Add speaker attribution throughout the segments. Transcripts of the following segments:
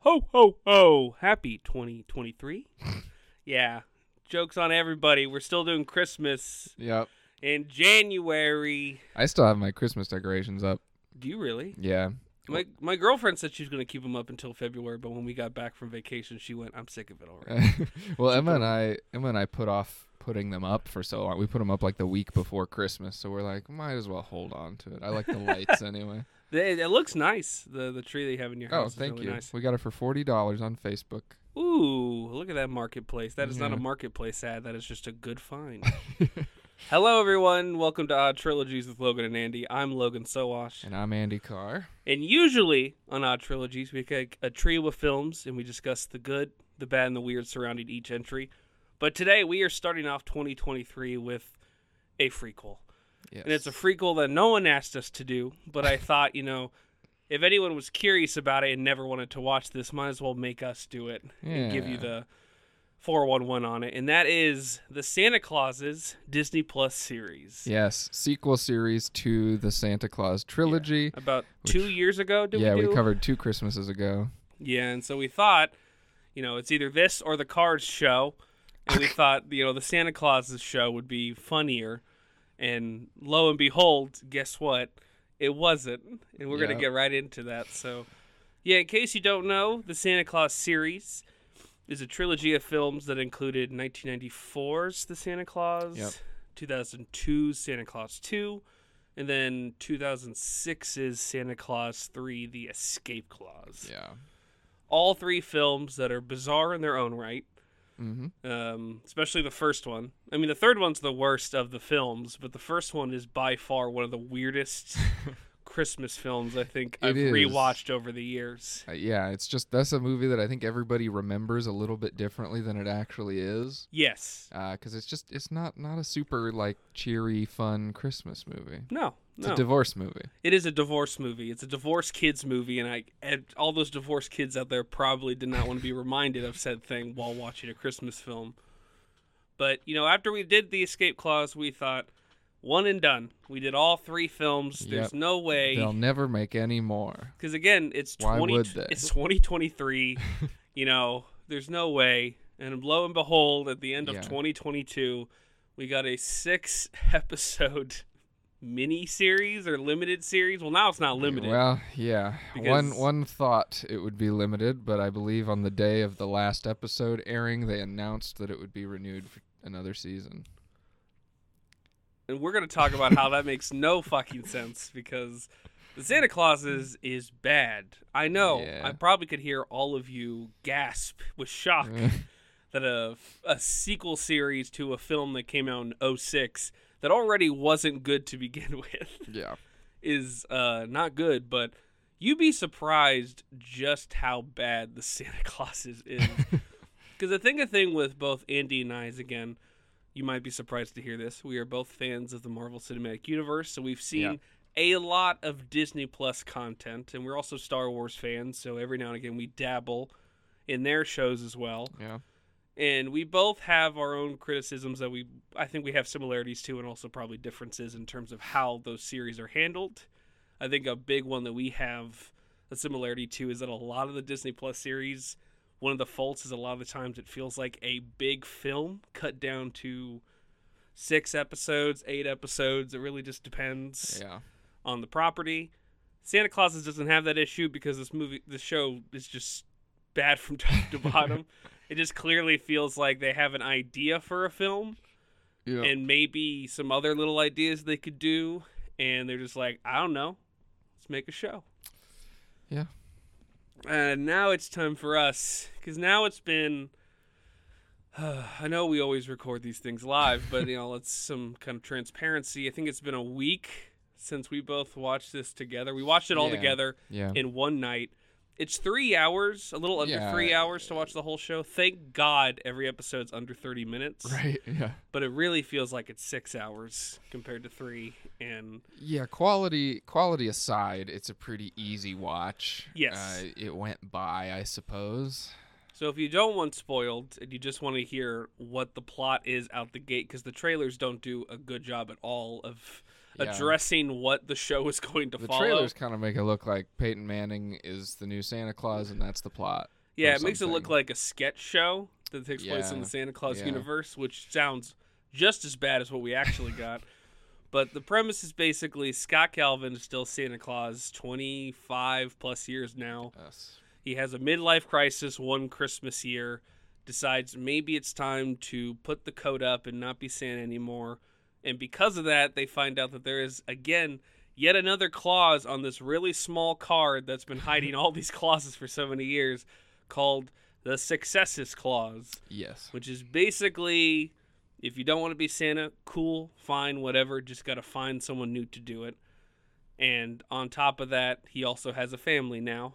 Speaker 1: ho, ho. Happy 2023. yeah. Jokes on everybody. We're still doing Christmas
Speaker 2: Yep.
Speaker 1: in January.
Speaker 2: I still have my Christmas decorations up.
Speaker 1: Do you really?
Speaker 2: Yeah.
Speaker 1: My my girlfriend said she was going to keep them up until February, but when we got back from vacation, she went, "I'm sick of it
Speaker 2: Uh.
Speaker 1: already."
Speaker 2: well, Emma and I, Emma and I put off putting them up for so long. We put them up like the week before Christmas, so we're like, might as well hold on to it. I like the lights anyway.
Speaker 1: It, it looks nice. The the tree that you have in your
Speaker 2: Oh,
Speaker 1: house.
Speaker 2: thank
Speaker 1: is really
Speaker 2: you.
Speaker 1: Nice.
Speaker 2: We got it for forty dollars on Facebook.
Speaker 1: Ooh, look at that marketplace. That is not
Speaker 2: Yeah.
Speaker 1: a marketplace ad. That is just a good find. Hello, everyone. Welcome to Odd Trilogies with Logan and Andy. I'm Logan Sowash.
Speaker 2: And I'm Andy Carr.
Speaker 1: And usually on Odd Trilogies, we take a trio of films and we discuss the good, the bad, and the weird surrounding each entry. But today we are starting off 2023 with a prequel.
Speaker 2: Yes.
Speaker 1: And it's a prequel that no one asked us to do, but I thought, you know, if anyone was curious about it and never wanted to watch this, might as well make us do it and give you
Speaker 2: Yeah.
Speaker 1: the 411 on it. And that is the Santa Claus's Disney Plus series.
Speaker 2: yes sequel series to the Santa Claus trilogy.
Speaker 1: About
Speaker 2: Which-
Speaker 1: two years ago, did
Speaker 2: yeah,
Speaker 1: we
Speaker 2: we,
Speaker 1: do?
Speaker 2: covered two Christmases ago.
Speaker 1: Yeah, and so we thought, you know, it's either this or the Cards show, and we thought, you know, the Santa Claus's show would be funnier. And lo and behold, guess what? It wasn't, and we're gonna
Speaker 2: Yep.
Speaker 1: get right into that. So, yeah, in case you don't know, the Santa Claus series is a trilogy of films that included 1994's The Santa Claus,
Speaker 2: Yep.
Speaker 1: 2002's Santa Claus 2, and then 2006's Santa Claus 3: The Escape Clause
Speaker 2: Yeah.
Speaker 1: all three films that are bizarre in their own right.
Speaker 2: Mm-hmm.
Speaker 1: Um, especially the first one. I mean, the third one's the worst of the films, but the first one is by far one of the weirdest Christmas films I think
Speaker 2: It
Speaker 1: I've
Speaker 2: is.
Speaker 1: rewatched over the years.
Speaker 2: Uh, yeah, it's just that's a movie that I think everybody remembers a little bit differently than it actually is.
Speaker 1: Yes.
Speaker 2: because Uh, it's just it's not not a super like cheery fun christmas movie
Speaker 1: No.
Speaker 2: it's
Speaker 1: No.
Speaker 2: a divorce movie
Speaker 1: it is a divorce movie. It's a divorce kids movie, and I and all those divorce kids out there probably did not want to be reminded of said thing while watching a Christmas film. But you know, after we did the escape clause, we thought one and done. We did all three films. There's
Speaker 2: Yep.
Speaker 1: no way
Speaker 2: they'll never make any more
Speaker 1: because again, it's
Speaker 2: Why
Speaker 1: twenty.
Speaker 2: would they?
Speaker 1: It's twenty twenty three. you know, there's no way. And lo and behold, at the end of
Speaker 2: Yeah.
Speaker 1: twenty twenty two, we got a six episode mini series or limited series. Well, now it's not limited.
Speaker 2: well yeah one
Speaker 1: Because-
Speaker 2: one thought it would be limited but i believe on the day of the last episode airing they announced that it would be renewed for another season
Speaker 1: and we're gonna talk about how that makes no fucking sense because the Santa Claus is is bad. I know.
Speaker 2: Yeah.
Speaker 1: I probably could hear all of you gasp with shock that a a sequel series to a film that came out in 06 that already wasn't good to begin with
Speaker 2: yeah
Speaker 1: is uh not good, but you'd be surprised just how bad the Santa Claus is. Because I think a thing with both Andy and I is again, you might be surprised to hear this. We are both fans of the Marvel Cinematic Universe, so we've seen
Speaker 2: Yeah.
Speaker 1: a lot of Disney Plus content, and we're also Star Wars fans. So every now and again, we dabble in their shows as well
Speaker 2: yeah
Speaker 1: and we both have our own criticisms that we I think we have similarities to and also probably differences in terms of how those series are handled. I think a big one that we have a similarity to is that a lot of the Disney Plus series one of the faults is a lot of the times it feels like a big film cut down to 6 episodes, 8 episodes, it really just depends
Speaker 2: yeah
Speaker 1: on the property. Santa Claus's doesn't have that issue because this movie, this show is just bad from top to bottom. It just clearly feels like they have an idea for a film
Speaker 2: yeah
Speaker 1: and maybe some other little ideas they could do, and they're just like, I don't know, let's make a show.
Speaker 2: Yeah.
Speaker 1: And now it's time for us because now it's been. I know we always record these things live, but you know, it's some kind of transparency. I think it's been a week since we both watched this together. We watched it all
Speaker 2: Yeah.
Speaker 1: together
Speaker 2: yeah
Speaker 1: in one night. It's three hours, a little under
Speaker 2: Yeah.
Speaker 1: three hours to watch the whole show. Thank God every episode's under 30 minutes
Speaker 2: right yeah
Speaker 1: but it really feels like it's six hours compared to three. And
Speaker 2: Yeah, quality quality aside, it's a pretty easy watch.
Speaker 1: Yes.
Speaker 2: uh, it went by, I suppose.
Speaker 1: so, if you don't want spoiled and you just want to hear what the plot is out the gate, because the trailers don't do a good job at all of
Speaker 2: Yeah.
Speaker 1: addressing what the show is going to
Speaker 2: The
Speaker 1: follow.
Speaker 2: trailers kind of make it look like Peyton Manning is the new Santa Claus, and that's the plot.
Speaker 1: Yeah,
Speaker 2: or
Speaker 1: it makes it look
Speaker 2: something.
Speaker 1: like a sketch show that takes place in
Speaker 2: Yeah,
Speaker 1: the Santa Claus
Speaker 2: yeah.
Speaker 1: universe, which sounds just as bad as what we actually got. But the premise is basically Scott Calvin is still Santa Claus 25 plus years now.
Speaker 2: Us.
Speaker 1: He has a midlife crisis one Christmas year, decides maybe it's time to put the coat up and not be Santa anymore. And because of that, they find out that there is, again, yet another clause on this really small card that's been hiding all these clauses for so many years called the Successes Clause
Speaker 2: Yes.
Speaker 1: which is basically if you don't want to be Santa, cool, fine, whatever, just got to find someone new to do it. And on top of that, he also has a family now.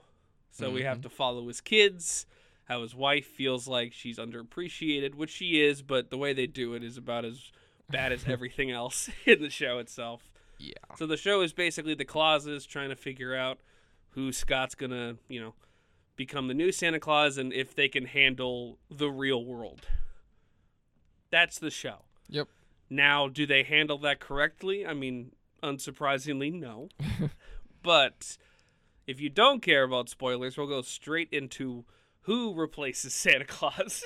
Speaker 1: So we have to follow his kids, how his wife feels like she's underappreciated, which she is, but the way they do it is about as bad as everything else in the show itself.
Speaker 2: Yeah.
Speaker 1: So the show is basically the clauses trying to figure out who Scott's gonna, you know, become the new Santa Claus and if they can handle the real world. That's the show.
Speaker 2: Yep.
Speaker 1: Now, do they handle that correctly? I mean, unsurprisingly, no. but if you don't care about spoilers, we'll go straight into who replaces Santa Claus,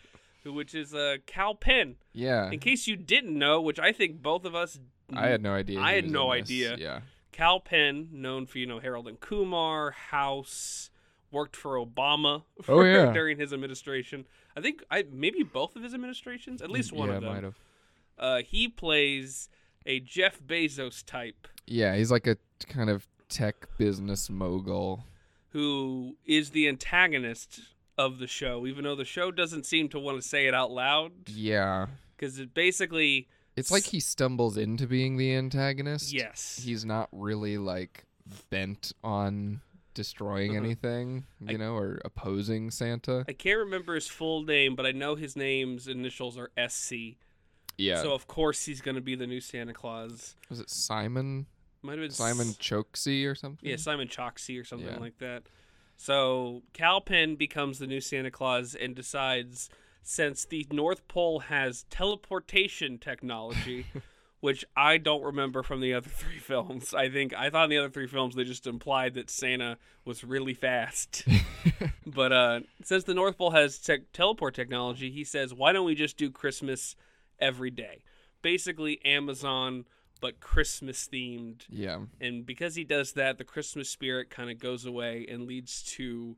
Speaker 1: which is uh, Cal Penn.
Speaker 2: Yeah.
Speaker 1: In case you didn't know, which I think both of us
Speaker 2: I had no idea.
Speaker 1: I
Speaker 2: he
Speaker 1: had
Speaker 2: was
Speaker 1: no
Speaker 2: in this.
Speaker 1: idea.
Speaker 2: Yeah.
Speaker 1: Cal Penn, known for you know Harold and Kumar, House, worked for Obama
Speaker 2: Oh, yeah.
Speaker 1: during his administration. I think I maybe both of his administrations, at least one
Speaker 2: yeah,
Speaker 1: of them.
Speaker 2: Might have.
Speaker 1: Uh, he plays a Jeff Bezos type
Speaker 2: Yeah, he's like a kind of tech business mogul.
Speaker 1: who is the antagonist of the show, even though the show doesn't seem to want to say it out loud
Speaker 2: Yeah.
Speaker 1: because it basically
Speaker 2: It's like
Speaker 1: S-
Speaker 2: he stumbles into being the antagonist.
Speaker 1: yes.
Speaker 2: He's not really like bent on destroying
Speaker 1: Uh-huh.
Speaker 2: anything, you
Speaker 1: I-
Speaker 2: know, or opposing Santa.
Speaker 1: I can't remember his full name, but I know his name's initials are SC.
Speaker 2: Yeah.
Speaker 1: So of course he's going to be the new Santa Claus.
Speaker 2: was it Simon?
Speaker 1: Might have been
Speaker 2: Simon
Speaker 1: S-
Speaker 2: Choksi or something?
Speaker 1: Yeah, Simon Choksi or something
Speaker 2: Yeah.
Speaker 1: like that. So Calpin becomes the new Santa Claus and decides since the North Pole has teleportation technology, which I don't remember from the other three films. I think I thought in the other three films they just implied that Santa was really fast. but uh, since the North Pole has te- teleport technology, he says, why don't we just do Christmas every day? Basically, Amazon, but Christmas themed.
Speaker 2: Yeah.
Speaker 1: And because he does that, the Christmas spirit kind of goes away and leads to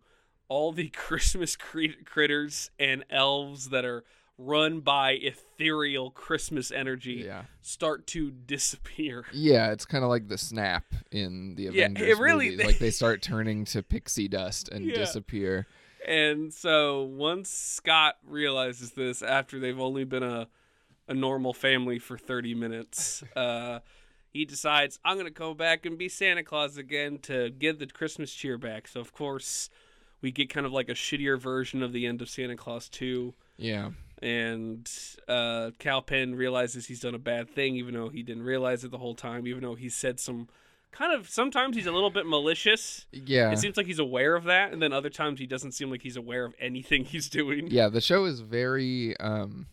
Speaker 1: all the Christmas crit- critters and elves that are run by ethereal Christmas energy
Speaker 2: Yeah.
Speaker 1: start to disappear.
Speaker 2: Yeah, it's kind of like the snap in the
Speaker 1: Yeah, it
Speaker 2: Avengers
Speaker 1: really-
Speaker 2: movies. like they start turning to pixie dust and
Speaker 1: Yeah.
Speaker 2: disappear.
Speaker 1: And so once Scott realizes this after they've only been a a normal family for 30 minutes, uh he decides I'm going to go back and be Santa Claus again to get the Christmas cheer back. So of course, we get kind of like a shittier version of the end of Santa Claus 2
Speaker 2: Yeah.
Speaker 1: and uh Cal Penn realizes he's done a bad thing even though he didn't realize it the whole time, even though he said some kind of sometimes he's a little bit malicious
Speaker 2: Yeah.
Speaker 1: it seems like he's aware of that, and then other times he doesn't seem like he's aware of anything he's doing.
Speaker 2: yeah the show is very um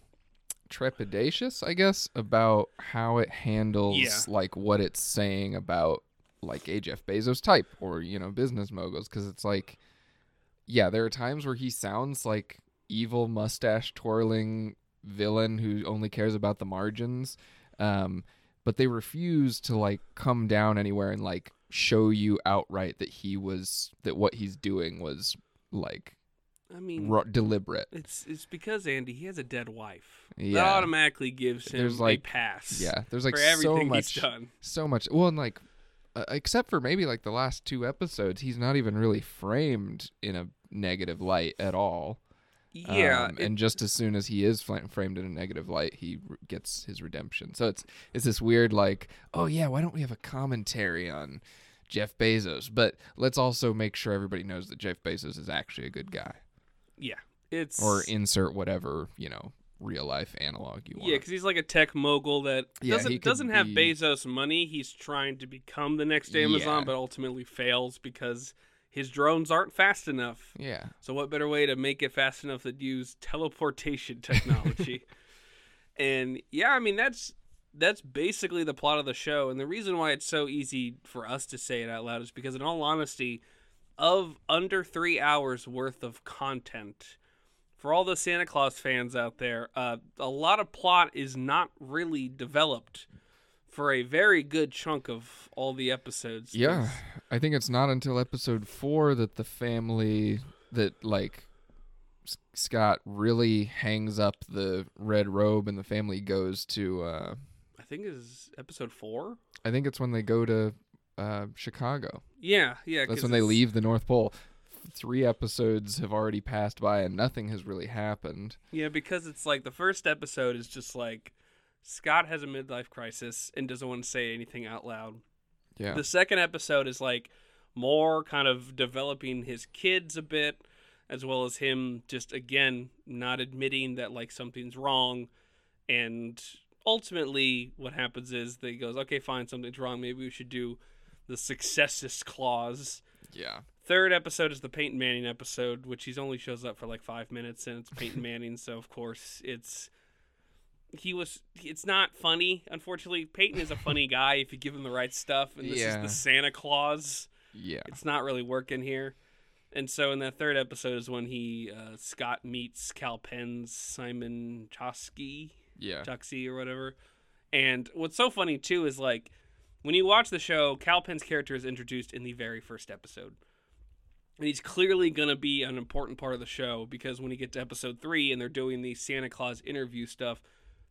Speaker 2: trepidatious i guess about how it handles
Speaker 1: Yeah.
Speaker 2: like what it's saying about like a jeff bezos type or you know business moguls because it's like yeah there are times where he sounds like evil mustache twirling villain who only cares about the margins um but they refuse to like come down anywhere and like show you outright that he was that what he's doing was like
Speaker 1: I mean,
Speaker 2: ro- deliberate
Speaker 1: it's it's because Andy he has a dead wife. That
Speaker 2: Yeah.
Speaker 1: automatically gives him
Speaker 2: There's,
Speaker 1: a
Speaker 2: like-
Speaker 1: pass.
Speaker 2: Yeah, there's like
Speaker 1: for
Speaker 2: so
Speaker 1: everything
Speaker 2: much, um,
Speaker 1: he's done.
Speaker 2: so much. Well, and like, uh, except for maybe like the last two episodes, he's not even really framed in a negative light at all.
Speaker 1: Yeah,
Speaker 2: Um,
Speaker 1: it-
Speaker 2: and just as soon as he is fla- framed in a negative light, he r- gets his redemption. So it's it's this weird like, oh yeah, why don't we have a commentary on Jeff Bezos? But let's also make sure everybody knows that Jeff Bezos is actually a good guy,
Speaker 1: yeah, it's
Speaker 2: or insert whatever you know real life analog you want.
Speaker 1: yeah, because he's like a tech mogul that
Speaker 2: Yeah, he
Speaker 1: doesn't
Speaker 2: could
Speaker 1: doesn't have
Speaker 2: be-
Speaker 1: Bezos money. He's trying to become the next Amazon,
Speaker 2: Yeah.
Speaker 1: but ultimately fails because his drones aren't fast enough.
Speaker 2: yeah.
Speaker 1: So what better way to make it fast enough to use teleportation technology? and yeah, I mean that's that's basically the plot of the show. And the reason why it's so easy for us to say it out loud is because in all honesty, of under three hours worth of content. For all the Santa Claus fans out there, uh, a lot of plot is not really developed for a very good chunk of all the episodes.
Speaker 2: Yeah, I think it's not until episode four that the family that like S- Scott really hangs up the red robe, and the family goes to. Uh,
Speaker 1: I think is episode four.
Speaker 2: I think it's when they go to uh, Chicago.
Speaker 1: Yeah, yeah.
Speaker 2: That's
Speaker 1: 'cause
Speaker 2: when they
Speaker 1: it's-
Speaker 2: leave the North Pole. Three episodes have already passed by, and nothing has really happened.
Speaker 1: Yeah, because it's like the first episode is just like Scott has a midlife crisis and doesn't want to say anything out loud.
Speaker 2: Yeah,
Speaker 1: The second episode is like more kind of developing his kids a bit, as well as him just again not admitting that like something's wrong. And ultimately, what happens is that he goes, okay, fine, something's wrong. Maybe we should do the successist clause.
Speaker 2: yeah.
Speaker 1: Third episode is the Peyton Manning episode, which he's only shows up for like five minutes, and it's Peyton Manning, so of course it's he was it's not funny. Unfortunately, Peyton is a funny guy if you give him the right stuff, and this is
Speaker 2: Yeah.
Speaker 1: the Santa Claus.
Speaker 2: Yeah.
Speaker 1: It's not really working here, and so in that third episode is when he uh, Scott meets Cal Penn's Simon Chosky,
Speaker 2: Yeah.
Speaker 1: Tuxie or whatever. And what's so funny too is like when you watch the show, Cal Penn's character is introduced in the very first episode. And he's clearly going to be an important part of the show because when you get to episode three and they're doing the Santa Claus interview stuff,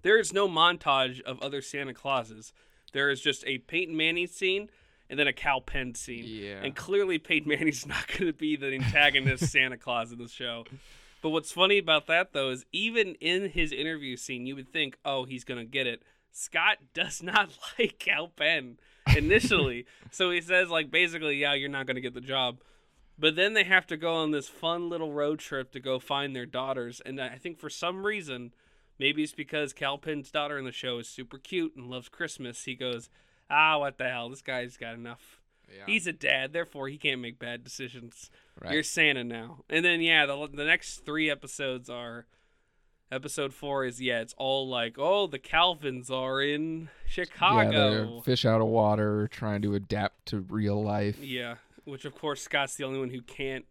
Speaker 1: there is no montage of other Santa Clauses. There is just a Peyton Manning scene and then a Cal Penn scene.
Speaker 2: Yeah.
Speaker 1: And clearly, Peyton Manning's not going to be the antagonist Santa Claus in the show. But what's funny about that, though, is even in his interview scene, you would think, oh, he's going to get it. Scott does not like Cal Penn initially. so he says, like, basically, yeah, you're not going to get the job. But then they have to go on this fun little road trip to go find their daughters. And I think for some reason, maybe it's because Cal Penn's daughter in the show is super cute and loves Christmas, he goes, ah, what the hell? This guy's got enough.
Speaker 2: yeah.
Speaker 1: He's a dad, therefore he can't make bad decisions.
Speaker 2: right.
Speaker 1: You're Santa now. And then yeah, the the next 3 episodes are episode 4 is yeah, it's all like, "Oh, the Calvins are in
Speaker 2: Yeah, they're
Speaker 1: Chicago."
Speaker 2: fish out of water, trying to adapt to real life.
Speaker 1: Yeah, which of course Scott's the only one who can't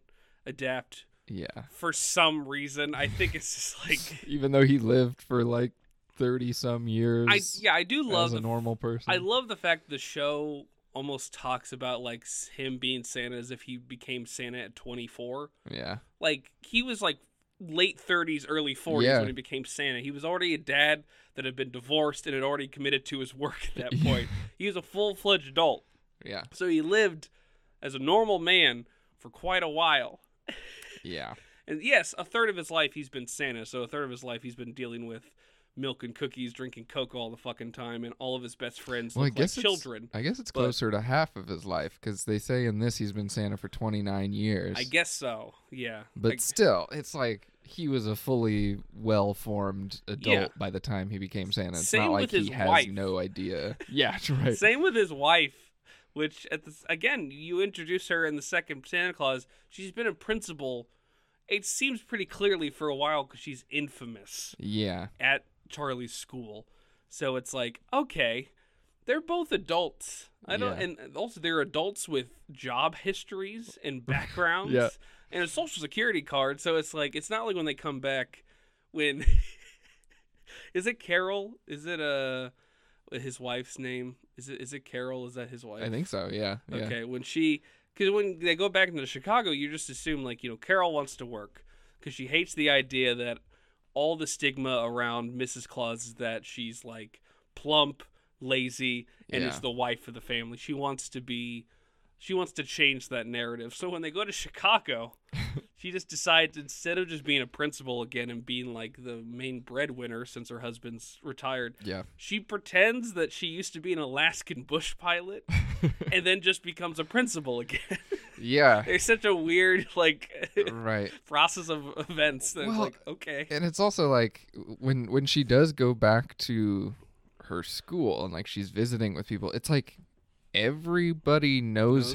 Speaker 1: adapt
Speaker 2: Yeah.
Speaker 1: for some reason. I think it's just like
Speaker 2: Even though he lived for like thirty some years
Speaker 1: I yeah, I do love
Speaker 2: as a
Speaker 1: the
Speaker 2: normal person.
Speaker 1: I love the fact the show almost talks about like s- him being Santa as if he became Santa at 24.
Speaker 2: yeah.
Speaker 1: like he was like late 30s early 40s
Speaker 2: Yeah.
Speaker 1: when he became santa he was already a dad that had been divorced and had already committed to his work at that
Speaker 2: Yeah.
Speaker 1: point he was a full-fledged adult
Speaker 2: Yeah.
Speaker 1: so he lived as a normal man for quite a while
Speaker 2: Yeah.
Speaker 1: and yes a third of his life he's been santa so a third of his life he's been dealing with milk and cookies drinking coke all the fucking time and all of his best friends
Speaker 2: Well, I
Speaker 1: look like
Speaker 2: guess it's-
Speaker 1: children
Speaker 2: I guess it's
Speaker 1: But-
Speaker 2: closer to half of his life because they say in this he's been Santa for 29 years.
Speaker 1: i guess so yeah
Speaker 2: But
Speaker 1: Like,
Speaker 2: still, it's like he was a fully well-formed adult
Speaker 1: Yeah.
Speaker 2: by the time he became Santa. It's
Speaker 1: Same
Speaker 2: not
Speaker 1: with
Speaker 2: like
Speaker 1: his
Speaker 2: he has
Speaker 1: wife.
Speaker 2: no idea. Yeah, that's right.
Speaker 1: Same with his wife, which at the again you introduce her in the second Santa Claus. She's been a principal. It seems pretty clearly for a while because she's infamous
Speaker 2: Yeah.
Speaker 1: at Charlie's school. So it's like okay, they're both adults. I don't,
Speaker 2: Yeah.
Speaker 1: and also they're adults with job histories and backgrounds
Speaker 2: Yeah.
Speaker 1: and a social security card. So it's like it's not like when they come back when. Is it Carol? Is it uh his wife's name? Is it is it Carol? Is that his wife?
Speaker 2: I think so. Yeah. Yeah.
Speaker 1: Okay, when she, because when they go back into Chicago, you just assume like you know Carol wants to work because she hates the idea that all the stigma around Mrs. Claus is that she's like plump, lazy, and
Speaker 2: Yeah.
Speaker 1: is the wife of the family. She wants to be, she wants to change that narrative. So when they go to Chicago, she just decides instead of just being a principal again and being like the main breadwinner since her husband's retired,
Speaker 2: Yeah.
Speaker 1: she pretends that she used to be an Alaskan bush pilot and then just becomes a principal again.
Speaker 2: Yeah.
Speaker 1: There's such a weird like
Speaker 2: right.
Speaker 1: process of events that it's
Speaker 2: Well,
Speaker 1: like okay.
Speaker 2: And it's also like when when she does go back to her school and like she's visiting with people, it's like everybody knows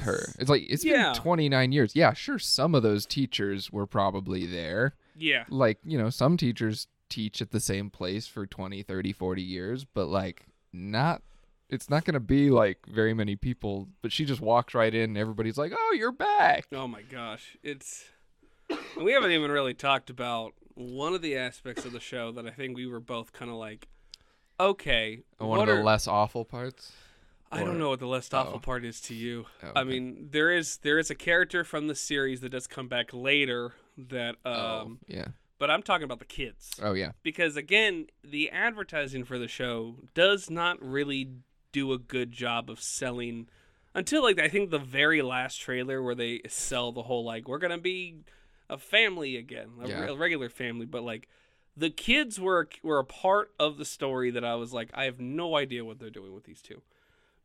Speaker 1: Knows-
Speaker 2: her. It's like it's
Speaker 1: Yeah.
Speaker 2: been 29 years. Yeah, sure some of those teachers were probably there.
Speaker 1: Yeah.
Speaker 2: Like, you know, some teachers teach at the same place for 20, 30, 40 years, but like not it's not going to be like very many people, but she just walks right in and everybody's like, "Oh, you're back."
Speaker 1: Oh my gosh, it's and we haven't even really talked about one of the aspects of the show that I think we were both kind of like, okay,
Speaker 2: One
Speaker 1: what
Speaker 2: of the
Speaker 1: are-
Speaker 2: less awful parts.
Speaker 1: I don't
Speaker 2: or-
Speaker 1: know what the less awful
Speaker 2: oh.
Speaker 1: part is to you.
Speaker 2: Oh,
Speaker 1: I
Speaker 2: okay.
Speaker 1: mean, there is there is a character from the series that does come back later that, um,
Speaker 2: oh, yeah.
Speaker 1: but I'm talking about the kids
Speaker 2: Oh, yeah.
Speaker 1: because again, the advertising for the show does not really do a good job of selling until like I think the very last trailer where they sell the whole like we're gonna be a family again, a, re-
Speaker 2: Yeah.
Speaker 1: a regular family, but like the kids were were a part of the story that I was like I have no idea what they're doing with these two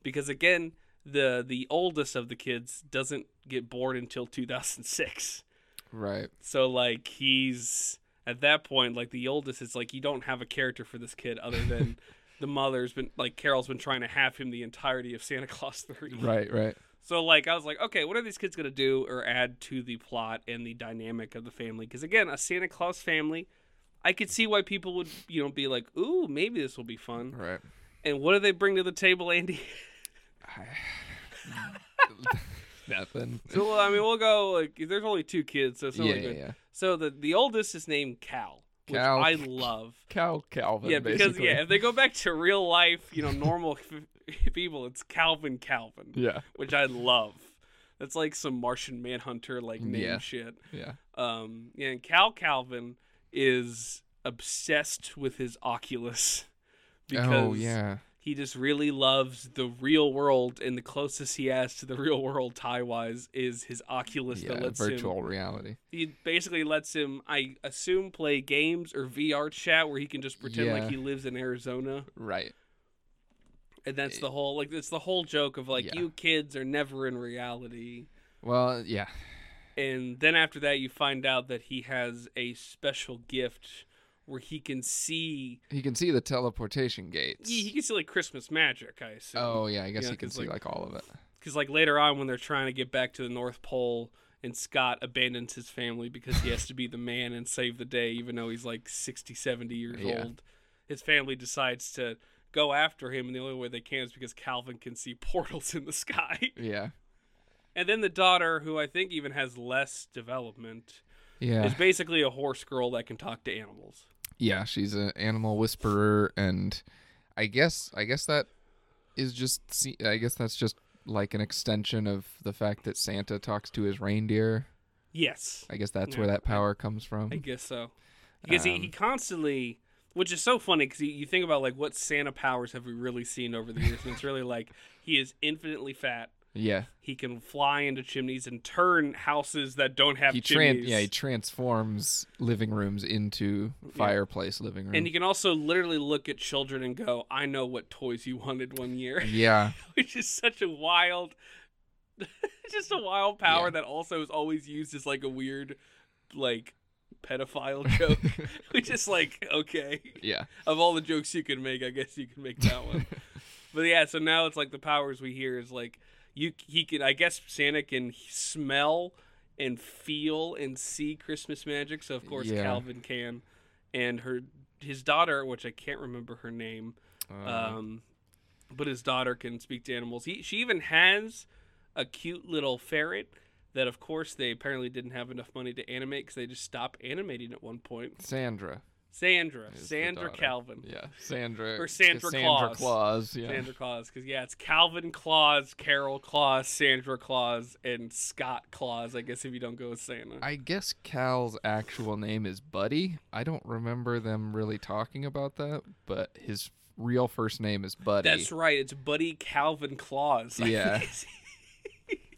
Speaker 1: because again the the oldest of the kids doesn't get bored until 2006
Speaker 2: Right.
Speaker 1: so like he's at that point, like the oldest is like you don't have a character for this kid other than the mother's been like Carol's been trying to have him the entirety of Santa Claus three.
Speaker 2: Right, right.
Speaker 1: So like I was like, okay, what are these kids gonna do or add to the plot and the dynamic of the family? Because again, a Santa Claus family, I could see why people would you know be like, ooh, maybe this will be fun.
Speaker 2: Right.
Speaker 1: And what do they bring to the table, Andy?
Speaker 2: Nothing.
Speaker 1: so I mean, we'll go like there's only two kids, so it's not
Speaker 2: yeah,
Speaker 1: like
Speaker 2: yeah,
Speaker 1: a-
Speaker 2: yeah.
Speaker 1: So the the oldest is named Cal, which
Speaker 2: Cal.
Speaker 1: I love.
Speaker 2: Cal Calvin.
Speaker 1: yeah, because
Speaker 2: basically.
Speaker 1: yeah, if they go back to real life, you know, normal f- people, it's Calvin Calvin,
Speaker 2: Yeah.
Speaker 1: which I love. That's like some Martian Manhunter like name
Speaker 2: Yeah.
Speaker 1: shit.
Speaker 2: Yeah.
Speaker 1: Um, yeah, and Cal Calvin is obsessed with his Oculus because
Speaker 2: oh, yeah.
Speaker 1: he just really loves the real world, and the closest he has to the real world tie wise is his Oculus that
Speaker 2: Yeah,
Speaker 1: lets him
Speaker 2: virtual reality.
Speaker 1: he basically lets him i assume play games or vr chat where he can just pretend
Speaker 2: Yeah.
Speaker 1: like he lives in arizona
Speaker 2: Right.
Speaker 1: and that's the whole like it's the whole joke of like
Speaker 2: Yeah.
Speaker 1: you kids are never in reality
Speaker 2: Well, yeah.
Speaker 1: and then after that you find out that he has a special gift where he can see
Speaker 2: He can see the teleportation gates.
Speaker 1: he, he can see like christmas magic i assume
Speaker 2: Oh yeah, I guess
Speaker 1: Yeah,
Speaker 2: he can
Speaker 1: 'cause,
Speaker 2: see
Speaker 1: like-
Speaker 2: like, all of it.
Speaker 1: because like later on when they're trying to get back to the North Pole and Scott abandons his family because he has to be the man and save the day even though he's like 60 70 years
Speaker 2: Yeah.
Speaker 1: old his family decides to go after him and the only way they can is because Calvin can see portals in the sky
Speaker 2: Yeah.
Speaker 1: and then the daughter who I think even has less development
Speaker 2: Yeah.
Speaker 1: is basically a horse girl that can talk to animals
Speaker 2: Yeah, she's an animal whisperer and I guess I guess that is just se- I guess that's just like an extension of the fact that Santa talks to his reindeer.
Speaker 1: yes
Speaker 2: I guess that's
Speaker 1: Yeah,
Speaker 2: where that power comes from.
Speaker 1: I guess so. Because he, he
Speaker 2: Um,
Speaker 1: constantly, which is so funny, because you think about like what Santa powers have we really seen over the years, and it's really like he is infinitely fat.
Speaker 2: yeah.
Speaker 1: He can fly into chimneys and turn houses that don't have
Speaker 2: He tran-
Speaker 1: chimneys.
Speaker 2: yeah, he transforms living rooms into fireplace living rooms.
Speaker 1: and he can also literally look at children and go, "I know what toys you wanted one year,"
Speaker 2: yeah.
Speaker 1: which is such a wild, just a wild power
Speaker 2: Yeah.
Speaker 1: that also is always used as like a weird, like pedophile joke, which is like okay.
Speaker 2: Yeah.
Speaker 1: of all the jokes you could make, I guess you could make that one. but yeah, so now it's like the powers we hear is like you he can I guess Santa can smell and feel and see Christmas magic. So of course
Speaker 2: Yeah.
Speaker 1: Calvin can, and her his daughter, which I can't remember her name,
Speaker 2: Uh,
Speaker 1: um, but his daughter can speak to animals. He, she even has a cute little ferret. That of course they apparently didn't have enough money to animate because they just stopped animating at one point.
Speaker 2: Sandra.
Speaker 1: Sandra,
Speaker 2: Is the
Speaker 1: Sandra
Speaker 2: daughter.
Speaker 1: Calvin,
Speaker 2: Yeah. Sandra
Speaker 1: Or Sandra
Speaker 2: Cassandra
Speaker 1: Claus.
Speaker 2: Claus, yeah.
Speaker 1: Sandra Claus, because yeah, it's Calvin Claus, Carol Claus, Sandra Claus, and Scott Claus. I guess if you don't go with Santa,
Speaker 2: I guess Cal's actual name is Buddy. I don't remember them really talking about that, but his real first name is Buddy.
Speaker 1: that's right. It's Buddy Calvin Claus. I
Speaker 2: Yeah.
Speaker 1: think.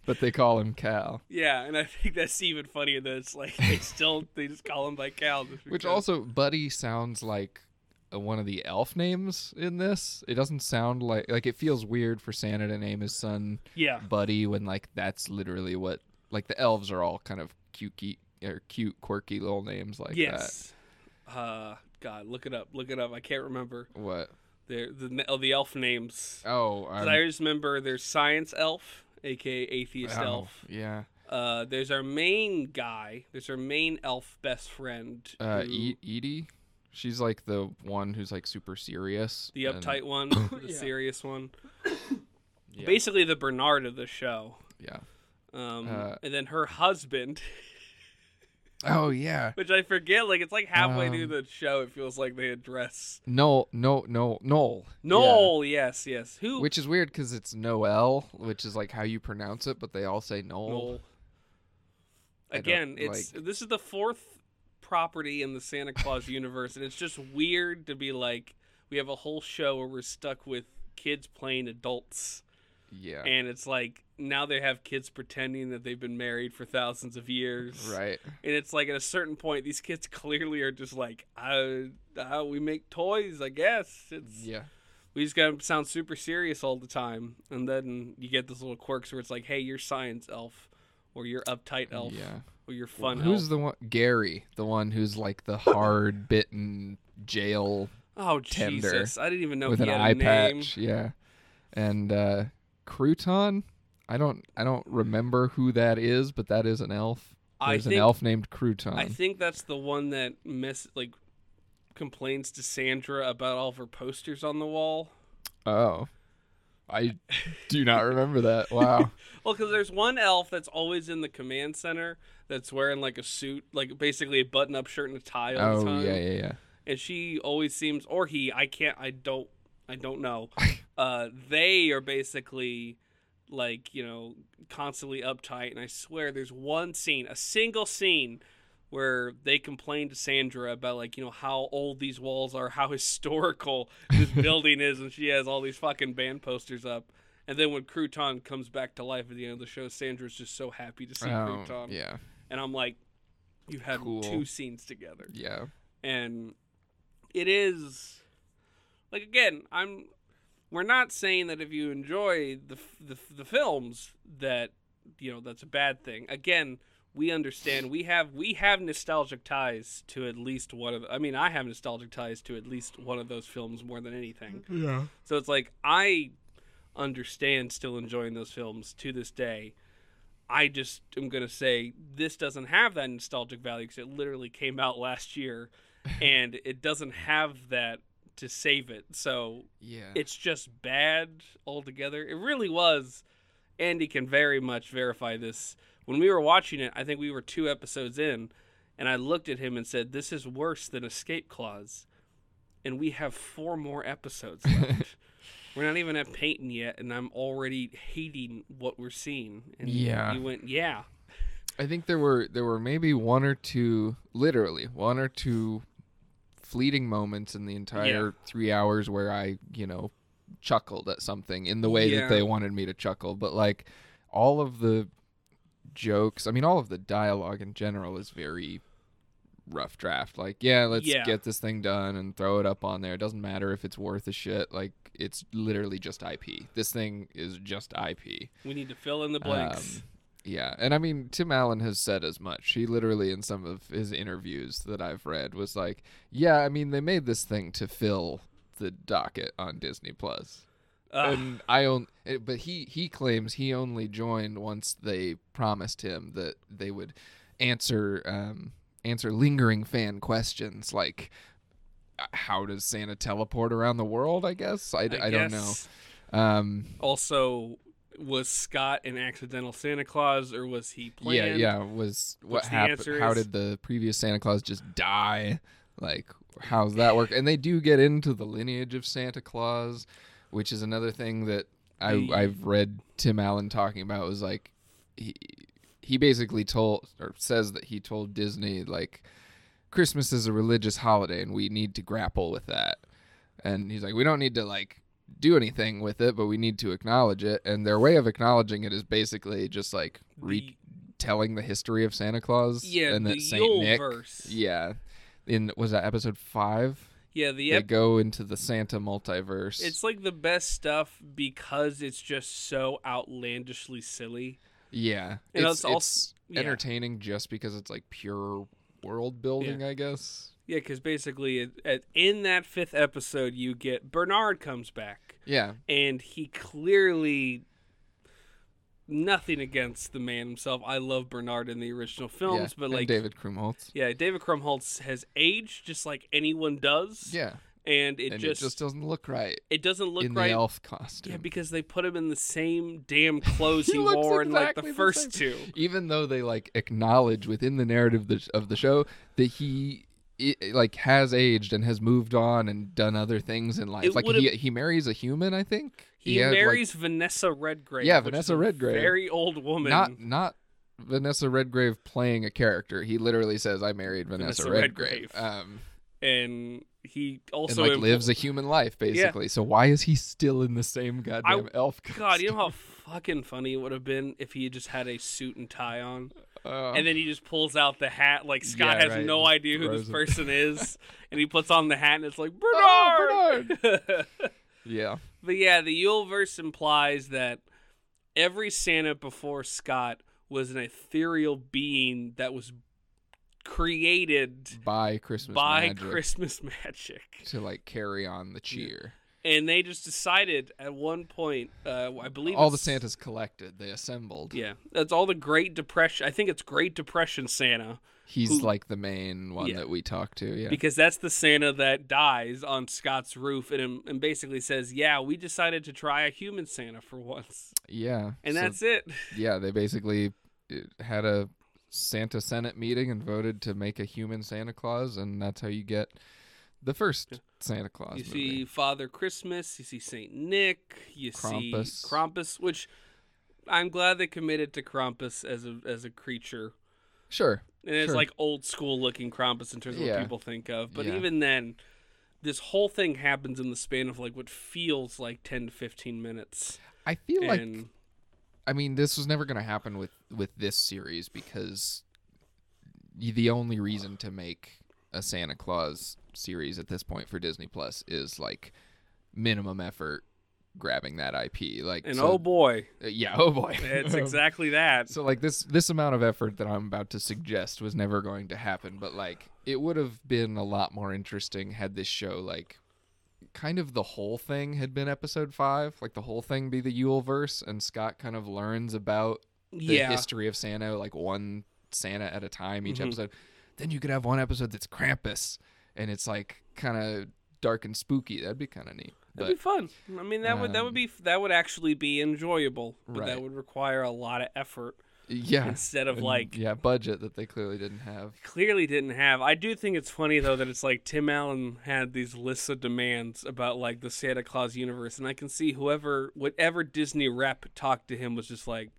Speaker 2: But they call him Cal.
Speaker 1: yeah, and I think that's even funnier that it's like they still they just call him by Cal, just
Speaker 2: Which
Speaker 1: because-
Speaker 2: also, Buddy sounds like uh, one of the elf names in this. It doesn't sound like, like, it feels weird for Santa to name his son
Speaker 1: yeah,
Speaker 2: Buddy when, like, that's literally what, like, the elves are all kind of cute, or cute, quirky little names like
Speaker 1: yes. Uh, God, look it up, look it up. I can't remember
Speaker 2: that. What?
Speaker 1: the the oh, the elf names.
Speaker 2: Oh,
Speaker 1: 'Cause
Speaker 2: I'm-
Speaker 1: I just remember there's Science Elf, aka Atheist
Speaker 2: oh,
Speaker 1: Elf.
Speaker 2: Yeah.
Speaker 1: Uh, there's our main guy. There's our main elf best friend.
Speaker 2: Uh,
Speaker 1: who-
Speaker 2: E- Edie? She's like the one who's like super serious.
Speaker 1: The
Speaker 2: and-
Speaker 1: uptight one, the
Speaker 2: Yeah.
Speaker 1: serious one.
Speaker 2: Yeah.
Speaker 1: Basically, the Bernard of the show.
Speaker 2: yeah.
Speaker 1: Um,
Speaker 2: Uh,
Speaker 1: and then her husband,
Speaker 2: Oh yeah.
Speaker 1: which I forget. Like it's like halfway through
Speaker 2: Um,
Speaker 1: the show, it feels like they address
Speaker 2: No, no, no, Noel. Yeah.
Speaker 1: Noel. Yes, yes. Who?
Speaker 2: Which is weird because it's Noel, which is like how you pronounce it, but they all say Noel.
Speaker 1: Noel.
Speaker 2: I don't
Speaker 1: Again, it's this is the fourth property in the Santa Claus universe, and it's just weird to be like we have a whole show where we're stuck with kids playing adults,
Speaker 2: Yeah.
Speaker 1: and it's like now they have kids pretending that they've been married for thousands of years,
Speaker 2: Right.
Speaker 1: And it's like at a certain point, these kids clearly are just like, uh, uh, we make toys, I guess. It's
Speaker 2: Yeah.
Speaker 1: we just gotta sound super serious all the time, and then you get those little quirks where it's like, hey, you're science elf, or you're uptight elf,
Speaker 2: Yeah.
Speaker 1: or you're fun
Speaker 2: Who's
Speaker 1: elf.
Speaker 2: the one? Gary, the one who's like the hard bitten jail
Speaker 1: oh
Speaker 2: tender
Speaker 1: Jesus, I didn't even know
Speaker 2: with
Speaker 1: he
Speaker 2: an
Speaker 1: had
Speaker 2: eye
Speaker 1: a name.
Speaker 2: patch. Yeah. And uh, Crouton, I don't, I don't remember who that is, but that is an elf.
Speaker 1: I
Speaker 2: There's
Speaker 1: think
Speaker 2: an elf named Crouton.
Speaker 1: I think that's the one that miss like complains to Sandra about all of her posters on the wall.
Speaker 2: oh, I do not remember that. Wow.
Speaker 1: Well, because there's one elf that's always in the command center that's wearing like a suit, like basically a button-up shirt and a tie all the
Speaker 2: oh
Speaker 1: time.
Speaker 2: yeah, yeah, yeah.
Speaker 1: and she always seems or he i can't i don't i don't know uh they are basically like you know constantly uptight and i swear there's one scene a single scene where they complain to sandra about like you know how old these walls are how historical this building is and she has all these fucking band posters up and then when crouton comes back to life at the end of the show sandra's just so happy to see
Speaker 2: Oh,
Speaker 1: crouton
Speaker 2: yeah,
Speaker 1: and i'm like you had
Speaker 2: Cool.
Speaker 1: two scenes together
Speaker 2: yeah.
Speaker 1: and it is like again i'm we're not saying that if you enjoy the f- the, f- the films that you know that's a bad thing again we understand we have we have nostalgic ties to at least one of i mean i have nostalgic ties to at least one of those films more than anything
Speaker 2: Yeah.
Speaker 1: so it's like I understand still enjoying those films to this day. I just am gonna say this doesn't have that nostalgic value because it literally came out last year, and it doesn't have that to save it. So
Speaker 2: Yeah.
Speaker 1: it's just bad altogether. It really was. Andy can very much verify this. When we were watching it, I think we were two episodes in, and I looked at him and said, "This is worse than Escape Clause," and we have four more episodes left. we're not even at Peyton yet, and I'm already hating what we're seeing. And
Speaker 2: Yeah.
Speaker 1: you went, "Yeah,
Speaker 2: I think there were there were maybe one or two, literally one or two, fleeting moments in the entire three hours where I, you know, chuckled at something in the way
Speaker 1: Yeah.
Speaker 2: that they wanted me to chuckle. But like all of the jokes, I mean, all of the dialogue in general is very rough draft. Like, yeah, let's
Speaker 1: Yeah.
Speaker 2: get this thing done and throw it up on there. It doesn't matter if it's worth a shit. Like, it's literally just IP. This thing is just IP.
Speaker 1: we need to fill in the blanks."
Speaker 2: Um, yeah, and I mean Tim Allen has said as much. He literally in some of his interviews that I've read was like, "Yeah, I mean they made this thing to fill the docket on Disney Plus."
Speaker 1: Ugh.
Speaker 2: And I own it- but he he claims he only joined once they promised him that they would answer um answer lingering fan questions like uh, how does Santa teleport around the world, I guess? I, d- I don't know.
Speaker 1: guess.
Speaker 2: Um
Speaker 1: Also, was Scott an accidental Santa Claus, or was he planned?
Speaker 2: Yeah, yeah. Was what
Speaker 1: What's the
Speaker 2: happened?
Speaker 1: answer
Speaker 2: How
Speaker 1: is-
Speaker 2: did the previous Santa Claus just die? Like, how's that work? And they do get into the lineage of Santa Claus, which is another thing that I
Speaker 1: The-
Speaker 2: I've read Tim Allen talking about was like he he basically told or says that he told Disney like Christmas is a religious holiday and we need to grapple with that. And he's like, we don't need to like do anything with it, but we need to acknowledge it. And their way of acknowledging it is basically just like re-
Speaker 1: The-
Speaker 2: telling the history of Santa Claus.
Speaker 1: Yeah,
Speaker 2: and
Speaker 1: the
Speaker 2: that Saint Nick.
Speaker 1: Yuleverse.
Speaker 2: Yeah, in was that episode five?
Speaker 1: Yeah, the
Speaker 2: They
Speaker 1: ep-
Speaker 2: go into the Santa multiverse.
Speaker 1: it's like the best stuff because it's just so outlandishly silly.
Speaker 2: yeah,
Speaker 1: You know,
Speaker 2: it's,
Speaker 1: it's also-
Speaker 2: it's
Speaker 1: yeah.
Speaker 2: entertaining just because it's like pure world building, I guess.
Speaker 1: Yeah, because basically, it, at, in that fifth episode, you get Bernard comes back,
Speaker 2: Yeah,
Speaker 1: and he clearly nothing against the man himself. I love Bernard in the original films,
Speaker 2: yeah.
Speaker 1: but
Speaker 2: and
Speaker 1: like
Speaker 2: David Krumholtz.
Speaker 1: yeah, David Krumholtz has aged just like anyone does.
Speaker 2: Yeah,
Speaker 1: and it
Speaker 2: and
Speaker 1: just
Speaker 2: it just doesn't look right
Speaker 1: it doesn't look
Speaker 2: in
Speaker 1: right.
Speaker 2: the elf costume.
Speaker 1: yeah, because they put him in the same damn clothes he,
Speaker 2: He looks
Speaker 1: wore in like the
Speaker 2: exactly the
Speaker 1: first
Speaker 2: same.
Speaker 1: two.
Speaker 2: even though they like acknowledge within the narrative the- of the show that he i like has aged and has moved on and done other things in life.
Speaker 1: It
Speaker 2: like
Speaker 1: would've-
Speaker 2: he he marries a human, I think.
Speaker 1: He,
Speaker 2: had, like,
Speaker 1: marries Vanessa Redgrave.
Speaker 2: Yeah,
Speaker 1: which is
Speaker 2: Vanessa
Speaker 1: a
Speaker 2: Redgrave.
Speaker 1: very old woman.
Speaker 2: not not Vanessa Redgrave playing a character. He literally says, "I married Vanessa,
Speaker 1: Vanessa
Speaker 2: Redgrave,",
Speaker 1: Redgrave.
Speaker 2: Um,
Speaker 1: and he
Speaker 2: and
Speaker 1: also
Speaker 2: like
Speaker 1: impl-
Speaker 2: lives a human life basically. So why is he still in the same goddamn elf? Costume?
Speaker 1: God, you know how fucking funny it would have been if he had just had a suit and tie on.
Speaker 2: Uh,
Speaker 1: and then he just pulls out the hat. Like Scott
Speaker 2: Yeah,
Speaker 1: has
Speaker 2: right,
Speaker 1: no
Speaker 2: just
Speaker 1: idea who
Speaker 2: throws
Speaker 1: this
Speaker 2: it.
Speaker 1: person is, and he puts on the hat, and it's like Bernard.
Speaker 2: Oh, yeah,
Speaker 1: but yeah, the Yuleverse implies that every Santa before Scott was an ethereal being that was created
Speaker 2: by Christmas
Speaker 1: by
Speaker 2: magic
Speaker 1: Christmas magic.
Speaker 2: to like carry on the cheer.
Speaker 1: And they just decided at one point, uh, I believe
Speaker 2: All the
Speaker 1: it's-
Speaker 2: Santas collected, they assembled.
Speaker 1: Yeah, that's all the Great Depression. I think it's Great Depression Santa.
Speaker 2: He's
Speaker 1: Who-
Speaker 2: like the main one
Speaker 1: Yeah.
Speaker 2: that we talked to. Yeah.
Speaker 1: because that's the Santa that dies on Scott's roof and and basically says, "Yeah, we decided to try a human Santa for once."
Speaker 2: yeah.
Speaker 1: And
Speaker 2: so-
Speaker 1: that's it.
Speaker 2: yeah, they basically uh, had a Santa Senate meeting and voted to make a human Santa Claus and that's how you get the first Santa Claus
Speaker 1: You
Speaker 2: movie.
Speaker 1: see Father Christmas, you see Saint Nick, you see
Speaker 2: Krampus.
Speaker 1: Krampus, which I'm glad they committed to Krampus as a as a creature.
Speaker 2: Sure.
Speaker 1: And it's
Speaker 2: Sure.
Speaker 1: like old school looking Krampus in terms of what
Speaker 2: Yeah.
Speaker 1: people think of. But
Speaker 2: Yeah.
Speaker 1: even then, this whole thing happens in the span of like what feels like 10 to 15 minutes.
Speaker 2: I feel like
Speaker 1: and
Speaker 2: I mean this was never going to happen with with this series because y- the only reason to make a Santa Claus series at this point for Disney Plus is like minimum effort grabbing that IP like
Speaker 1: and
Speaker 2: so-
Speaker 1: oh boy,
Speaker 2: Uh, yeah oh boy
Speaker 1: it's exactly that.
Speaker 2: so like this this amount of effort that i'm about to suggest was never going to happen but like it would have been a lot more interesting had this show like kind of the whole thing had been episode five like the whole thing be the yule verse and scott kind of learns about the
Speaker 1: yeah.
Speaker 2: history of santa like one santa at a time each
Speaker 1: Mhm.
Speaker 2: episode then you could have one episode that's krampus and it's like kind of dark and spooky that'd be kind of neat
Speaker 1: That'd
Speaker 2: but
Speaker 1: be fun. I mean, that would that would
Speaker 2: um,
Speaker 1: be that would actually be enjoyable, but that
Speaker 2: Right.
Speaker 1: would require a lot of effort
Speaker 2: yeah
Speaker 1: instead of
Speaker 2: and,
Speaker 1: like
Speaker 2: yeah budget that they clearly didn't have
Speaker 1: clearly didn't have. I do think it's funny though that it's like Tim Allen had these lists of demands about like the Santa Claus universe, and I can see whoever whatever Disney rep talked to him was just like,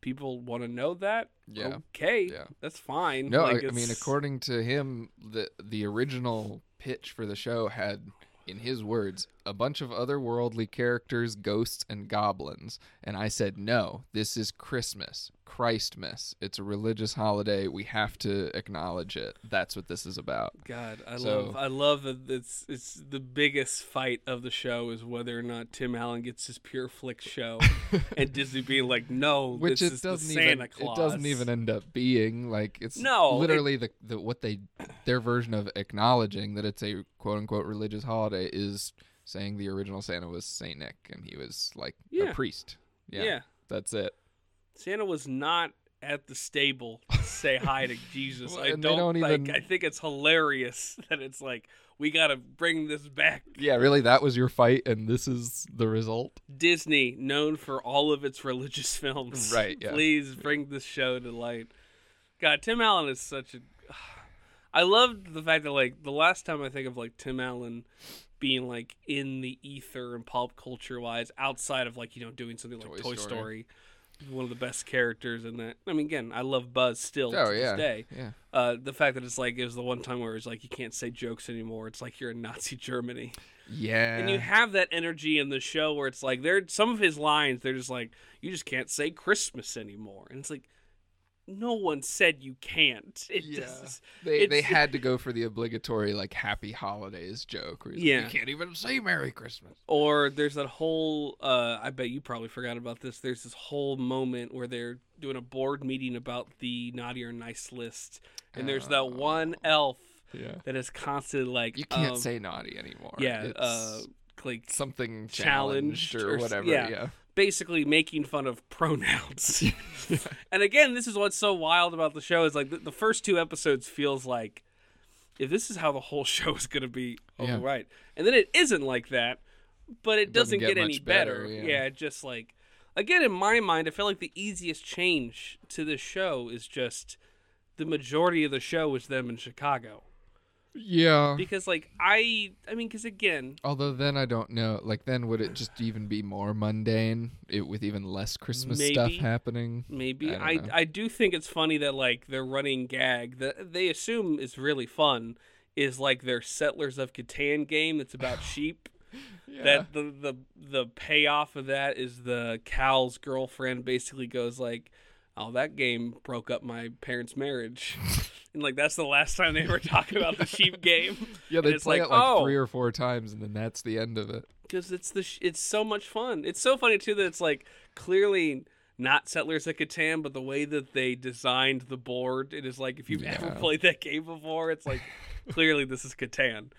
Speaker 1: people want to know that.
Speaker 2: Yeah.
Speaker 1: Okay.
Speaker 2: Yeah.
Speaker 1: That's fine.
Speaker 2: No,
Speaker 1: Like,
Speaker 2: I, I mean,
Speaker 1: it's-
Speaker 2: according to him, the the original pitch for the show had, in his words, a bunch of otherworldly characters, ghosts, and goblins. And I said, no, this is Christmas, Christmas. It's a religious holiday. We have to acknowledge it. That's what this is about.
Speaker 1: God, I
Speaker 2: So-
Speaker 1: love I love that it's it's the biggest fight of the show is whether or not Tim Allen gets his pure flick show and Disney being like, No,
Speaker 2: Which
Speaker 1: this
Speaker 2: it
Speaker 1: is
Speaker 2: doesn't
Speaker 1: the Santa
Speaker 2: even
Speaker 1: Claus.
Speaker 2: it doesn't even end up being like it's
Speaker 1: No, it-
Speaker 2: literally the, the what they their version of acknowledging that it's a quote unquote religious holiday is saying the original Santa was Saint Nick and he was like
Speaker 1: Yeah.
Speaker 2: a priest.
Speaker 1: yeah.
Speaker 2: Yeah, that's it.
Speaker 1: Santa was not at the stable to say hi to Jesus.
Speaker 2: Well,
Speaker 1: I
Speaker 2: and they
Speaker 1: don't,
Speaker 2: don't
Speaker 1: like
Speaker 2: even-
Speaker 1: I think it's hilarious that it's like we gotta bring this back.
Speaker 2: Yeah, really, that was your fight, and this is the result.
Speaker 1: Disney, known for all of its religious films.
Speaker 2: Right, yeah.
Speaker 1: Please bring this show to light. God, Tim Allen is such a. I loved the fact that like the last time I think of like Tim Allen being like in the ether and pop culture wise, outside of like you know doing something like Toy,
Speaker 2: Toy
Speaker 1: Story.
Speaker 2: Story.
Speaker 1: One of the best characters in that. I mean, again, I love Buzz still
Speaker 2: Oh,
Speaker 1: to
Speaker 2: yeah.
Speaker 1: this day.
Speaker 2: Yeah,
Speaker 1: Uh, the fact that it's like it was the one time where it's like you can't say jokes anymore. It's like you're in Nazi Germany.
Speaker 2: yeah.
Speaker 1: And you have that energy in the show where it's like there some of his lines they're just like you just can't say Christmas anymore. And it's like no one said you can't. It
Speaker 2: Yeah.
Speaker 1: just
Speaker 2: they they
Speaker 1: it's-
Speaker 2: had to go for the obligatory like Happy Holidays joke. Where he's like,
Speaker 1: Yeah.
Speaker 2: you can't even say Merry Christmas.
Speaker 1: or there's that whole uh, I bet you probably forgot about this. There's this whole moment where they're doing a board meeting about the naughty or nice list and there's that one elf
Speaker 2: Yeah,
Speaker 1: that is constantly like
Speaker 2: Oh. you can't
Speaker 1: um,
Speaker 2: say naughty anymore.
Speaker 1: yeah,
Speaker 2: It's-
Speaker 1: uh, like
Speaker 2: something
Speaker 1: Challenged
Speaker 2: challenged, or,
Speaker 1: or s-
Speaker 2: whatever.
Speaker 1: yeah.
Speaker 2: Yeah.
Speaker 1: basically making fun of pronouns. and again, this is what's so wild about the show is like the, the first two episodes feels like if this is how the whole show is going to be, all
Speaker 2: Yeah.
Speaker 1: right. And then it isn't like that, but it, doesn't, get, any
Speaker 2: much
Speaker 1: better.
Speaker 2: better, yeah.
Speaker 1: yeah, it just like again in my mind, I feel like the easiest change to this show is just the majority of the show is them in Chicago
Speaker 2: Yeah.
Speaker 1: because like I I mean because again
Speaker 2: Although then I don't know, like then would it just even be more mundane it, with even less Christmas stuff
Speaker 1: Maybe.
Speaker 2: happening?
Speaker 1: Maybe
Speaker 2: I
Speaker 1: I, I,
Speaker 2: don't know.
Speaker 1: do think it's funny that like their running gag that they assume is really fun is like their Settlers of Catan game that's about sheep.
Speaker 2: Yeah.
Speaker 1: That the, the the payoff of that is the cow's girlfriend basically goes like, "Oh, that game broke up my parents' marriage," and like that's the last time they ever talk about the sheep game
Speaker 2: yeah, they
Speaker 1: it's
Speaker 2: play
Speaker 1: like,
Speaker 2: it like
Speaker 1: oh.
Speaker 2: three or four times and then that's the end of it.
Speaker 1: because it's the sh- it's so much fun. It's so funny too that it's like clearly not Settlers of Catan, but the way that they designed the board, it is like if you've ever
Speaker 2: Yeah.
Speaker 1: played that game before, it's like clearly this is Catan,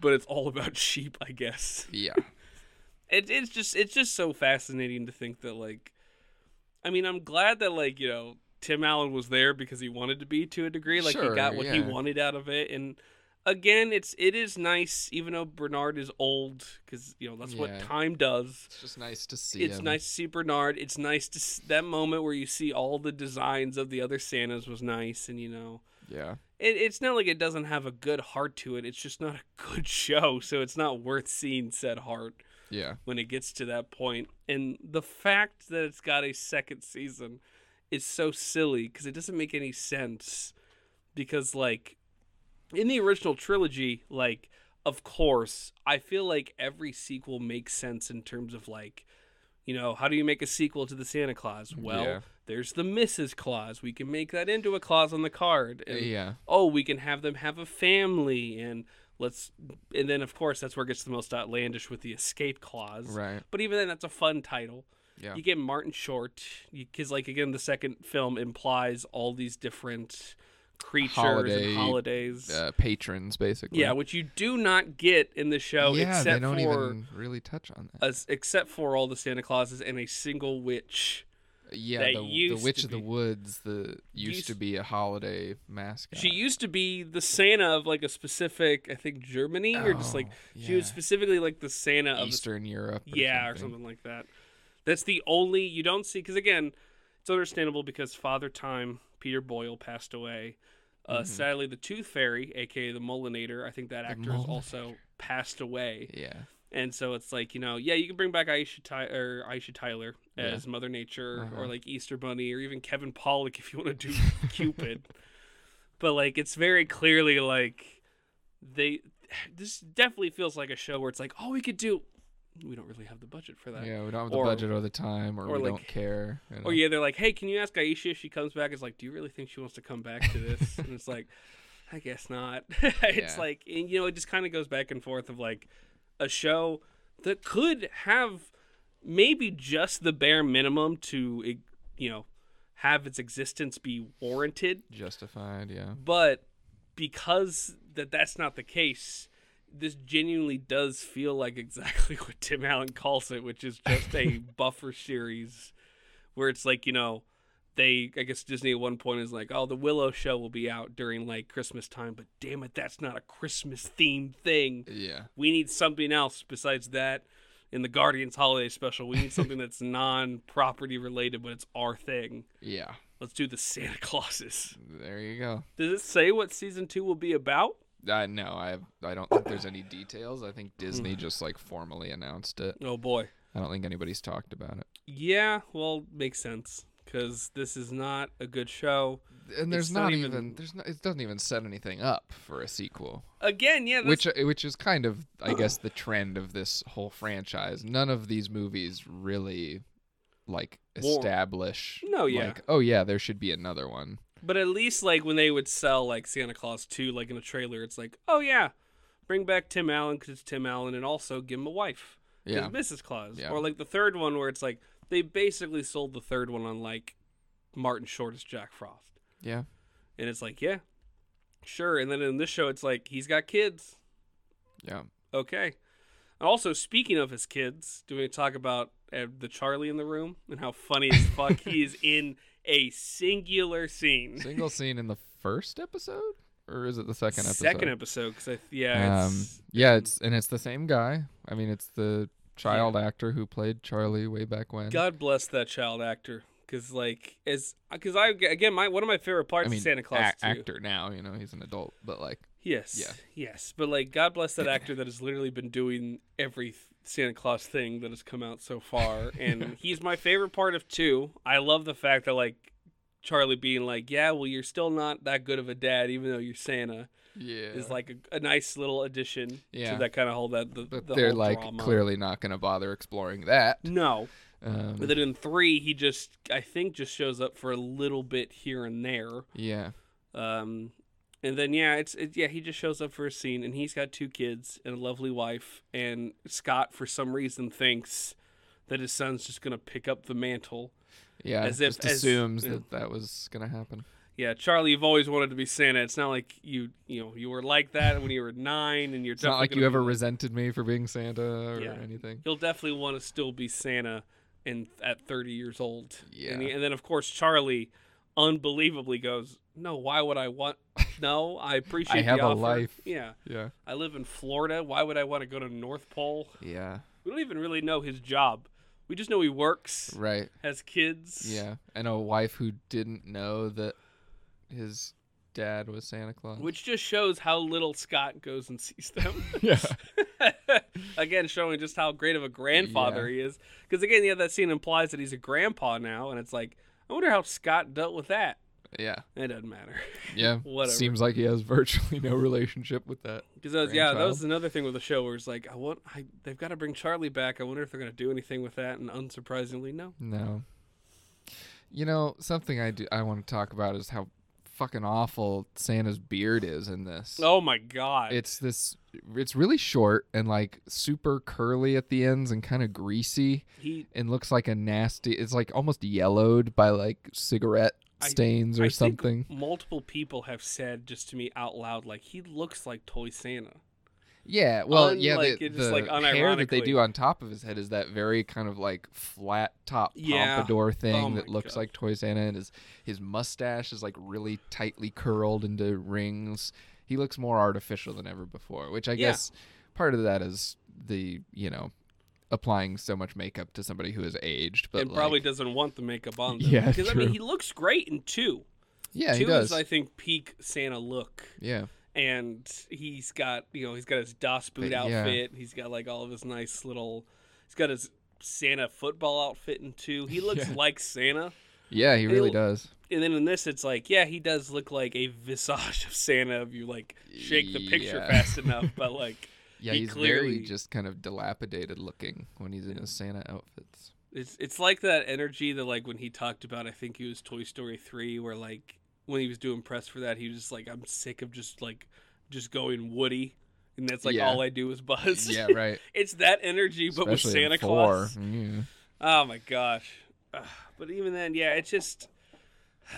Speaker 1: but it's all about sheep, I guess.
Speaker 2: Yeah.
Speaker 1: It, it's just it's just so fascinating to think that like, I mean, I'm glad that like you know Tim Allen was there because he wanted to be to a degree, like he
Speaker 2: Sure,
Speaker 1: got what he
Speaker 2: yeah.
Speaker 1: wanted out of it, and again, it's it is nice even though Bernard is old because you know that's what
Speaker 2: Yeah.
Speaker 1: time does.
Speaker 2: it's just nice to see
Speaker 1: It's
Speaker 2: him.
Speaker 1: nice to see Bernard. It's nice to s- that moment where you see all the designs of the other Santas was nice, and you know,
Speaker 2: Yeah.
Speaker 1: it, it's not like it doesn't have a good heart to it. It's just not a good show, so it's not worth seeing said heart
Speaker 2: Yeah.
Speaker 1: when it gets to that point. And the fact that it's got a second season is so silly because it doesn't make any sense. Because, like, in the original trilogy, like, of course, I feel like every sequel makes sense in terms of, like, you know, how do you make a sequel to the Santa Claus? Well,
Speaker 2: Mm, Yeah.
Speaker 1: there's the Mrs. Claus. We can make that into a clause on the card. And
Speaker 2: yeah.
Speaker 1: oh, we can have them have a family and let's and then of course that's where it gets the most outlandish with the escape clause.
Speaker 2: Right.
Speaker 1: But even then that's a fun title.
Speaker 2: Yeah.
Speaker 1: You get Martin Short because like again the second film implies all these different creatures
Speaker 2: Holiday,
Speaker 1: and holidays.
Speaker 2: uh, patrons basically.
Speaker 1: yeah, which you do not get in the show
Speaker 2: Yeah,
Speaker 1: except
Speaker 2: they don't
Speaker 1: for
Speaker 2: even really touch on that.
Speaker 1: us except for all the Santa Clauses and a single witch.
Speaker 2: yeah,
Speaker 1: that
Speaker 2: the, the
Speaker 1: used
Speaker 2: Witch
Speaker 1: to
Speaker 2: of the
Speaker 1: be-
Speaker 2: Woods, the used, to
Speaker 1: used-
Speaker 2: be a holiday mascot.
Speaker 1: She used to be the Santa of like a specific, I think Germany or just like
Speaker 2: Oh,
Speaker 1: she was
Speaker 2: yeah.
Speaker 1: specifically like the Santa of a
Speaker 2: Eastern Europe. Or
Speaker 1: yeah or something like that that's the only you don't see because again it's understandable because father time peter boyle passed away uh, sadly the tooth fairy aka the mullinator i think that actor has also passed away
Speaker 2: Yeah.
Speaker 1: and so it's like you know yeah you can bring back aisha, Ty- or aisha tyler
Speaker 2: Yeah.
Speaker 1: as mother nature or
Speaker 2: Uh-huh.
Speaker 1: like easter bunny or even kevin pollock if you want to do cupid but like it's very clearly like they this definitely feels like a show where it's like oh we could do we don't really have the budget for that
Speaker 2: Yeah, we don't have the
Speaker 1: Or-
Speaker 2: budget or the time, or,
Speaker 1: or
Speaker 2: we
Speaker 1: like-
Speaker 2: don't care. you know.
Speaker 1: Or Oh, yeah, they're like, "Hey, can you ask Aisha if she comes back?" It's like, "Do you really think she wants to come back to this?" and it's like, "I guess not." it's
Speaker 2: Yeah.
Speaker 1: like, and, you know, it just kind of goes back and forth of like a show that could have maybe just the bare minimum to, e, you know, have its existence be warranted,
Speaker 2: Justified. Yeah.
Speaker 1: but because that that's not the case. This genuinely does feel like exactly what Tim Allen calls it, which is just a buffer series where it's like, you know, they I guess Disney at one point is like, "Oh, the Willow show will be out during like Christmas time, but damn it, that's not a Christmas themed thing.
Speaker 2: Yeah.
Speaker 1: We need something else besides that." In the Guardians holiday special, we need something that's non-property related, but it's our thing.
Speaker 2: Yeah.
Speaker 1: Let's do the Santa Clauses.
Speaker 2: There you go.
Speaker 1: Does it say what season two will be about?
Speaker 2: Uh, no, I I don't think there's any details. I think
Speaker 1: Mm.
Speaker 2: Disney just like formally announced it.
Speaker 1: Oh boy.
Speaker 2: I don't think anybody's talked about it.
Speaker 1: Yeah, well, makes sense because this is not a good show.
Speaker 2: And there's
Speaker 1: It's
Speaker 2: not,
Speaker 1: not
Speaker 2: even,
Speaker 1: even-
Speaker 2: there's not, it doesn't even set anything up for a sequel,
Speaker 1: Again, yeah, that's,
Speaker 2: which uh, which is kind of I guess the trend of this whole franchise. None of these movies really like
Speaker 1: War-
Speaker 2: establish
Speaker 1: No, yeah.
Speaker 2: like oh yeah, there should be another one.
Speaker 1: But at least like when they would sell like Santa Claus 2 like in a trailer, it's like, "Oh yeah, bring back Tim Allen cuz it's Tim Allen and also give him a wife." 'cause
Speaker 2: Yeah.
Speaker 1: Mrs. Claus.
Speaker 2: Yeah.
Speaker 1: Or like the third one where it's like they basically sold the third one on like Martin Short as Jack Frost.
Speaker 2: Yeah.
Speaker 1: And it's like, "Yeah. Sure." And then in this show it's like he's got kids.
Speaker 2: Yeah.
Speaker 1: Okay. And also speaking of his kids, do we talk about and the Charlie in the room and how funny as fuck he is in a singular scene.
Speaker 2: Single scene in the first episode, or is it the second episode?
Speaker 1: Second episode, because I yeah,
Speaker 2: um,
Speaker 1: it's,
Speaker 2: yeah, it's and it's the same guy. I mean, it's the child actor who played Charlie way back when.
Speaker 1: God bless that child actor, because like as because I again my one of my favorite parts
Speaker 2: I mean,
Speaker 1: of Santa Claus
Speaker 2: a-
Speaker 1: too.
Speaker 2: actor now. You know, he's an adult, but like,
Speaker 1: Yes.
Speaker 2: Yeah.
Speaker 1: Yes. But like, God bless that actor that has literally been doing every th- Santa Claus thing that has come out so far, and he's my favorite part of two. I love the fact that like Charlie being like, "Yeah, well, you're still not that good of a dad, even though you're Santa,"
Speaker 2: yeah,
Speaker 1: is like a, a nice little addition
Speaker 2: Yeah.
Speaker 1: to that kind of whole that the,
Speaker 2: but
Speaker 1: the
Speaker 2: they're
Speaker 1: whole
Speaker 2: like
Speaker 1: drama.
Speaker 2: clearly not going to bother exploring that.
Speaker 1: No,
Speaker 2: Um,
Speaker 1: but then in three, he just I think just shows up for a little bit here and there.
Speaker 2: yeah,
Speaker 1: Um, and then yeah, it's it, yeah he just shows up for a scene, and he's got two kids and a lovely wife. And Scott, for some reason, thinks that his son's just gonna pick up the mantle.
Speaker 2: yeah,
Speaker 1: As if-
Speaker 2: just
Speaker 1: as-
Speaker 2: assumes
Speaker 1: yeah.
Speaker 2: that that was going to happen.
Speaker 1: Yeah, Charlie, you've always wanted to be Santa. It's not like you you know you were like that when you were nine, and you're
Speaker 2: It's not like
Speaker 1: definitely
Speaker 2: you
Speaker 1: gonna
Speaker 2: ever
Speaker 1: be-
Speaker 2: resented me for being Santa or
Speaker 1: Yeah.
Speaker 2: anything.
Speaker 1: You'll definitely want to still be Santa, in at 30 years old.
Speaker 2: Yeah.
Speaker 1: And, he- and then of course Charlie, unbelievably goes, no, why would I want? No, I appreciate.
Speaker 2: have
Speaker 1: the
Speaker 2: a
Speaker 1: offer."
Speaker 2: life.
Speaker 1: Yeah.
Speaker 2: Yeah,
Speaker 1: I live in Florida. Why would I want to go to North Pole?
Speaker 2: yeah,
Speaker 1: We don't even really know his job. We just know he works,
Speaker 2: right.
Speaker 1: has kids.
Speaker 2: Yeah, and a wife who didn't know that his dad was Santa Claus.
Speaker 1: Which just shows how little Scott goes and sees them.
Speaker 2: yeah,
Speaker 1: again, showing just how great of a grandfather he is. Because again, yeah, that scene implies that he's a grandpa now, and it's like, I wonder how Scott dealt with that.
Speaker 2: yeah,
Speaker 1: It doesn't matter.
Speaker 2: yeah.
Speaker 1: Whatever.
Speaker 2: Seems like he has virtually no relationship with that.
Speaker 1: Because yeah, that was
Speaker 2: Grandchild.
Speaker 1: another thing with the show where it's like, I want, I, they've got to bring Charlie back. I wonder if they're going to do anything with that. And unsurprisingly, no.
Speaker 2: No. You know something I do I want to talk about is how fucking awful Santa's beard is in this.
Speaker 1: Oh my god!
Speaker 2: It's this. It's really short and like super curly at the ends and kind of greasy
Speaker 1: he
Speaker 2: and looks like a nasty. It's like almost yellowed by like cigarette
Speaker 1: I-
Speaker 2: stains or
Speaker 1: I think
Speaker 2: something.
Speaker 1: multiple people have said just to me out loud, like he looks like Toy Santa.
Speaker 2: Yeah, well, yeah,
Speaker 1: Unlike-
Speaker 2: the,
Speaker 1: it's just,
Speaker 2: the
Speaker 1: like,
Speaker 2: hair that they
Speaker 1: unironically.
Speaker 2: do on top of his head is that very kind of like flat top
Speaker 1: Yeah.
Speaker 2: pompadour thing
Speaker 1: Oh
Speaker 2: that
Speaker 1: my
Speaker 2: looks
Speaker 1: God.
Speaker 2: like Toy Santa, and his his mustache is like really tightly curled into rings. He looks more artificial than ever before, which I
Speaker 1: Yeah.
Speaker 2: guess part of that is the you know applying so much makeup to somebody who is aged, but
Speaker 1: and probably
Speaker 2: like-
Speaker 1: doesn't want the makeup on. Them.
Speaker 2: Yeah,
Speaker 1: because I mean
Speaker 2: true.
Speaker 1: he looks great in two.
Speaker 2: yeah,
Speaker 1: two
Speaker 2: he does.
Speaker 1: is I think peak Santa look,
Speaker 2: yeah,
Speaker 1: and he's got you know he's got his DOS boot
Speaker 2: But, yeah.
Speaker 1: outfit. He's got like all of his nice little. He's got his Santa football outfit in two. He looks
Speaker 2: Yeah.
Speaker 1: like Santa.
Speaker 2: yeah, he really
Speaker 1: It'll-
Speaker 2: does.
Speaker 1: And then in this, it's like, yeah, he does look like a visage of Santa if you like shake the picture
Speaker 2: Yeah.
Speaker 1: fast enough. But like,
Speaker 2: Yeah,
Speaker 1: he
Speaker 2: he's
Speaker 1: clearly-
Speaker 2: very just kind of dilapidated looking when he's in his Santa outfits.
Speaker 1: It's it's like that energy that like when he talked about I think it was Toy Story three where like when he was doing press for that he was just like I'm sick of just like just going Woody and that's like
Speaker 2: Yeah.
Speaker 1: all I do is buzz.
Speaker 2: yeah, right.
Speaker 1: it's that energy but with
Speaker 2: Especially in
Speaker 1: Santa
Speaker 2: four. Mm-hmm.
Speaker 1: Claus.
Speaker 2: Yeah.
Speaker 1: Oh my gosh. Ugh. But even then, yeah, it's just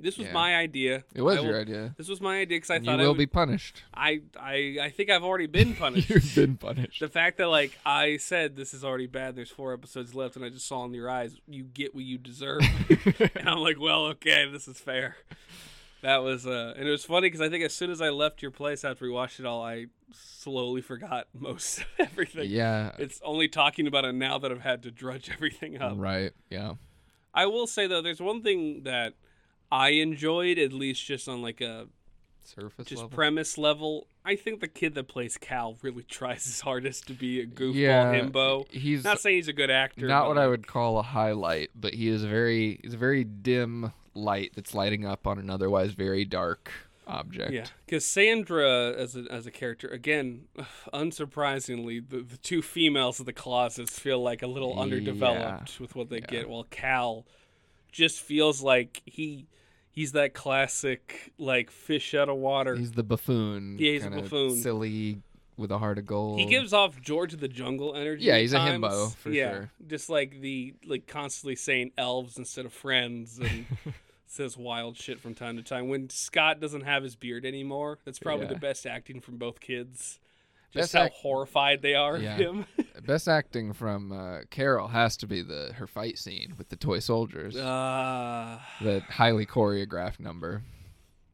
Speaker 1: this was
Speaker 2: Yeah.
Speaker 1: my idea.
Speaker 2: It was
Speaker 1: I
Speaker 2: your
Speaker 1: will-
Speaker 2: idea.
Speaker 1: This was my idea because I
Speaker 2: You
Speaker 1: thought I
Speaker 2: will
Speaker 1: would-
Speaker 2: be punished.
Speaker 1: I I I think I've already been punished.
Speaker 2: You've been punished.
Speaker 1: The fact that like I said this is already bad, there's four episodes left, and I just saw in your eyes, you get what you deserve. and I'm like, well, okay, this is fair. That was uh, and it was funny because I think as soon as I left your place after we watched it all, I slowly forgot most of everything.
Speaker 2: yeah.
Speaker 1: It's only talking about it now that I've had to drudge everything up.
Speaker 2: Right. Yeah.
Speaker 1: I will say though, there's one thing that I enjoyed, at least just on like a
Speaker 2: Surface
Speaker 1: just
Speaker 2: level.
Speaker 1: premise level. I think the kid that plays Cal really tries his hardest to be a goofball
Speaker 2: Yeah,
Speaker 1: himbo.
Speaker 2: He's
Speaker 1: Not
Speaker 2: not,
Speaker 1: saying he's a good actor. but,
Speaker 2: what I
Speaker 1: like,
Speaker 2: would call a highlight, but he is very he's a very dim light that's lighting up on an otherwise very dark object.
Speaker 1: Yeah, because Sandra as a, as a character, again, unsurprisingly, the, the two females of the closets feel like a little
Speaker 2: Yeah.
Speaker 1: underdeveloped with what they get, while Cal just feels like he he's that classic like fish out of water.
Speaker 2: He's the buffoon.
Speaker 1: Yeah, he's a
Speaker 2: kinda
Speaker 1: buffoon.
Speaker 2: Silly with a heart of gold.
Speaker 1: He gives off George of the Jungle energy.
Speaker 2: Yeah,
Speaker 1: at
Speaker 2: he's a
Speaker 1: times.
Speaker 2: himbo, for
Speaker 1: yeah,
Speaker 2: sure.
Speaker 1: Just like the like constantly saying elves instead of friends and says wild shit from time to time. When Scott doesn't have his beard anymore, that's probably
Speaker 2: Yeah.
Speaker 1: the best acting from both kids. Just
Speaker 2: Best
Speaker 1: how
Speaker 2: act-
Speaker 1: horrified they are
Speaker 2: Yeah.
Speaker 1: of him.
Speaker 2: Best acting from uh, Carol has to be the her fight scene with the toy soldiers.
Speaker 1: Ah.
Speaker 2: that highly choreographed number.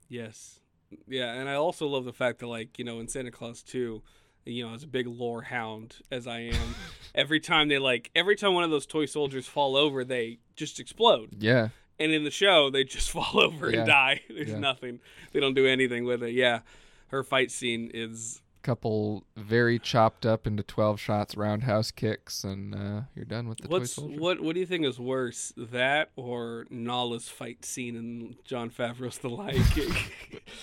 Speaker 1: Yes. Yeah, and I also love the fact that like, you know, in Santa Claus 2, you know, as a big lore hound as I am, every time they like every time one of those toy soldiers fall over, they just explode.
Speaker 2: Yeah.
Speaker 1: And in the show, they just fall over
Speaker 2: Yeah.
Speaker 1: and die. There's
Speaker 2: Yeah.
Speaker 1: nothing. They don't do anything with it. Yeah. Her fight scene is
Speaker 2: Couple very chopped up into 12 shots roundhouse kicks, and uh, you're done with the
Speaker 1: What's
Speaker 2: toy soldier.
Speaker 1: what what do you think is worse, that or Nala's fight scene in John Favreau's The Lion King?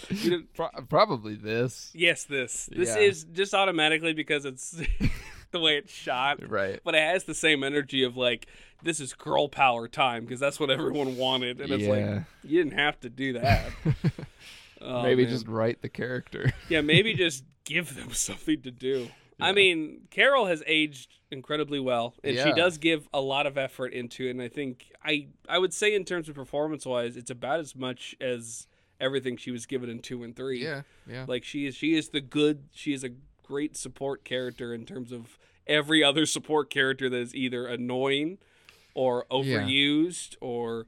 Speaker 1: You know,
Speaker 2: Pro- probably this.
Speaker 1: Yes, this. This
Speaker 2: Yeah.
Speaker 1: is just automatically because it's the way it's shot,
Speaker 2: Right.
Speaker 1: but it has the same energy of like this is girl power time because that's what everyone wanted, and it's like
Speaker 2: Yeah.
Speaker 1: you didn't have to do that. Oh,
Speaker 2: Maybe
Speaker 1: man.
Speaker 2: just write the character.
Speaker 1: yeah, maybe just give them something to do. I mean, Carol has aged incredibly well, and she
Speaker 2: Yeah.
Speaker 1: does give a lot of effort into it. And I think I I would say in terms of performance wise, it's about as much as everything she was given in two and three.
Speaker 2: yeah. Yeah.
Speaker 1: Like she is she is the good she is a great support character in terms of every other support character that is either annoying or overused or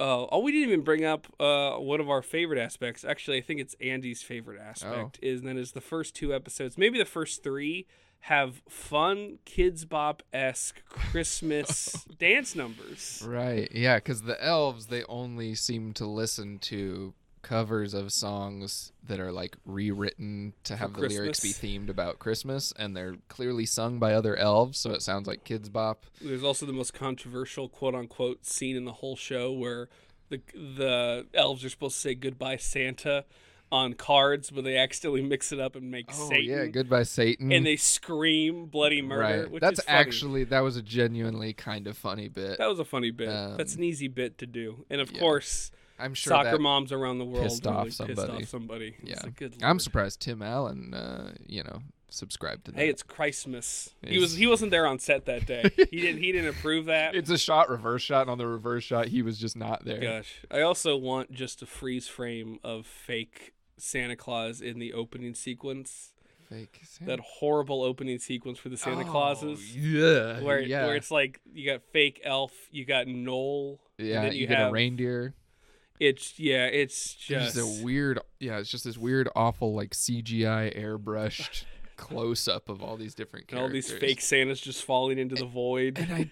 Speaker 1: uh, oh we didn't even bring up uh, one of our favorite aspects actually i think it's andy's favorite aspect is and that is the first two episodes maybe the first three have fun kids bop-esque christmas dance numbers
Speaker 2: Right. Yeah. Because the elves, they only seem to listen to covers of songs that are like rewritten to have the lyrics be
Speaker 1: Christmas.
Speaker 2: themed about Christmas, and they're clearly sung by other elves, so it sounds like Kids Bop.
Speaker 1: There's also the most controversial quote unquote scene in the whole show where the the elves are supposed to say goodbye Santa on cards, but they accidentally mix it up and make
Speaker 2: Oh
Speaker 1: Satan.
Speaker 2: yeah, goodbye Satan.
Speaker 1: And they scream bloody murder,
Speaker 2: right.
Speaker 1: which
Speaker 2: That's
Speaker 1: is funny.
Speaker 2: actually that was a genuinely kind of funny bit.
Speaker 1: that was a funny bit.
Speaker 2: Um,
Speaker 1: That's an easy bit to do. And of
Speaker 2: yeah.
Speaker 1: course,
Speaker 2: I'm sure
Speaker 1: soccer
Speaker 2: that.
Speaker 1: moms around the world
Speaker 2: pissed off
Speaker 1: really pissed
Speaker 2: somebody.
Speaker 1: off somebody. It's
Speaker 2: Yeah.
Speaker 1: like, good
Speaker 2: I'm
Speaker 1: lord.
Speaker 2: surprised Tim Allen, uh, you know, subscribed to that.
Speaker 1: Hey, it's Christmas. He
Speaker 2: It's-
Speaker 1: was he wasn't there on set that day. he didn't he didn't approve that.
Speaker 2: It's a shot, reverse shot, and on the reverse shot, he was just not there.
Speaker 1: Gosh, I also want just a freeze frame of fake Santa Claus in the opening sequence.
Speaker 2: Fake Santa.
Speaker 1: That horrible opening sequence for the Santa
Speaker 2: Oh,
Speaker 1: Clauses,
Speaker 2: Yeah.
Speaker 1: where
Speaker 2: yeah.
Speaker 1: where it's like you got fake elf, you got Noel, and
Speaker 2: Yeah,
Speaker 1: then
Speaker 2: you,
Speaker 1: you,
Speaker 2: get
Speaker 1: have
Speaker 2: a reindeer.
Speaker 1: It's yeah, it's
Speaker 2: It's
Speaker 1: just
Speaker 2: just a weird, yeah, it's just this weird, awful like CGI airbrushed close up of all these different
Speaker 1: and
Speaker 2: characters.
Speaker 1: all these fake Santas just falling into the void.
Speaker 2: And I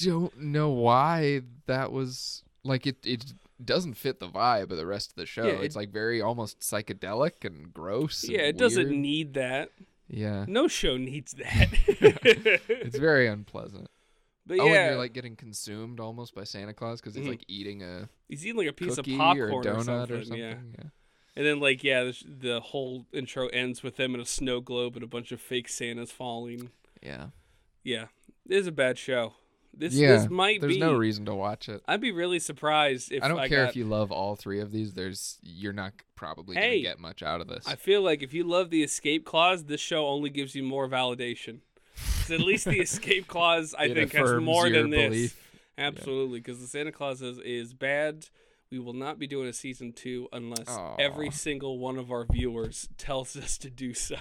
Speaker 2: don't know why that was like it. It doesn't fit the vibe of the rest of the show.
Speaker 1: Yeah,
Speaker 2: it's
Speaker 1: it-
Speaker 2: like very almost psychedelic and gross. and
Speaker 1: yeah, it doesn't
Speaker 2: weird.
Speaker 1: need that.
Speaker 2: Yeah,
Speaker 1: No show needs that.
Speaker 2: it's very unpleasant.
Speaker 1: but
Speaker 2: Oh, and
Speaker 1: yeah,
Speaker 2: you're like getting consumed almost by Santa Claus because he's
Speaker 1: Mhm.
Speaker 2: like eating a
Speaker 1: he's eating like a piece of
Speaker 2: cookie
Speaker 1: popcorn
Speaker 2: or a donut
Speaker 1: something. Yeah. And then, like, yeah, the, the whole intro ends with them in a snow globe and a bunch of fake Santas falling.
Speaker 2: yeah.
Speaker 1: Yeah, this is a bad show. This
Speaker 2: Yeah,
Speaker 1: this might
Speaker 2: There's
Speaker 1: be.
Speaker 2: no reason to watch it.
Speaker 1: I'd be really surprised if
Speaker 2: I don't care
Speaker 1: got,
Speaker 2: if you love all three of these. There's you're not probably
Speaker 1: Hey,
Speaker 2: gonna get much out of this.
Speaker 1: I feel like if you love the escape clause, this show only gives you more validation. 'Cause at least the escape clause, I
Speaker 2: It
Speaker 1: think, has
Speaker 2: affirms
Speaker 1: more
Speaker 2: your
Speaker 1: than this.
Speaker 2: belief.
Speaker 1: Absolutely, because the Santa Claus is, is bad. We will not be doing a season two unless
Speaker 2: Aw.
Speaker 1: every single one of our viewers tells us to do so.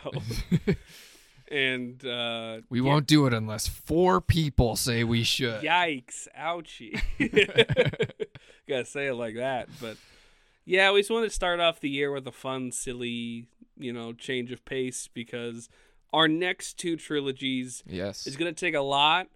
Speaker 1: and uh,
Speaker 2: we
Speaker 1: yeah,
Speaker 2: won't do it unless four people say we should.
Speaker 1: Yikes! Ouchie! Gotta say it like that, but yeah, we just wanted to start off the year with a fun, silly, you know, change of pace because our next two trilogies
Speaker 2: Yes.
Speaker 1: is gonna take a lot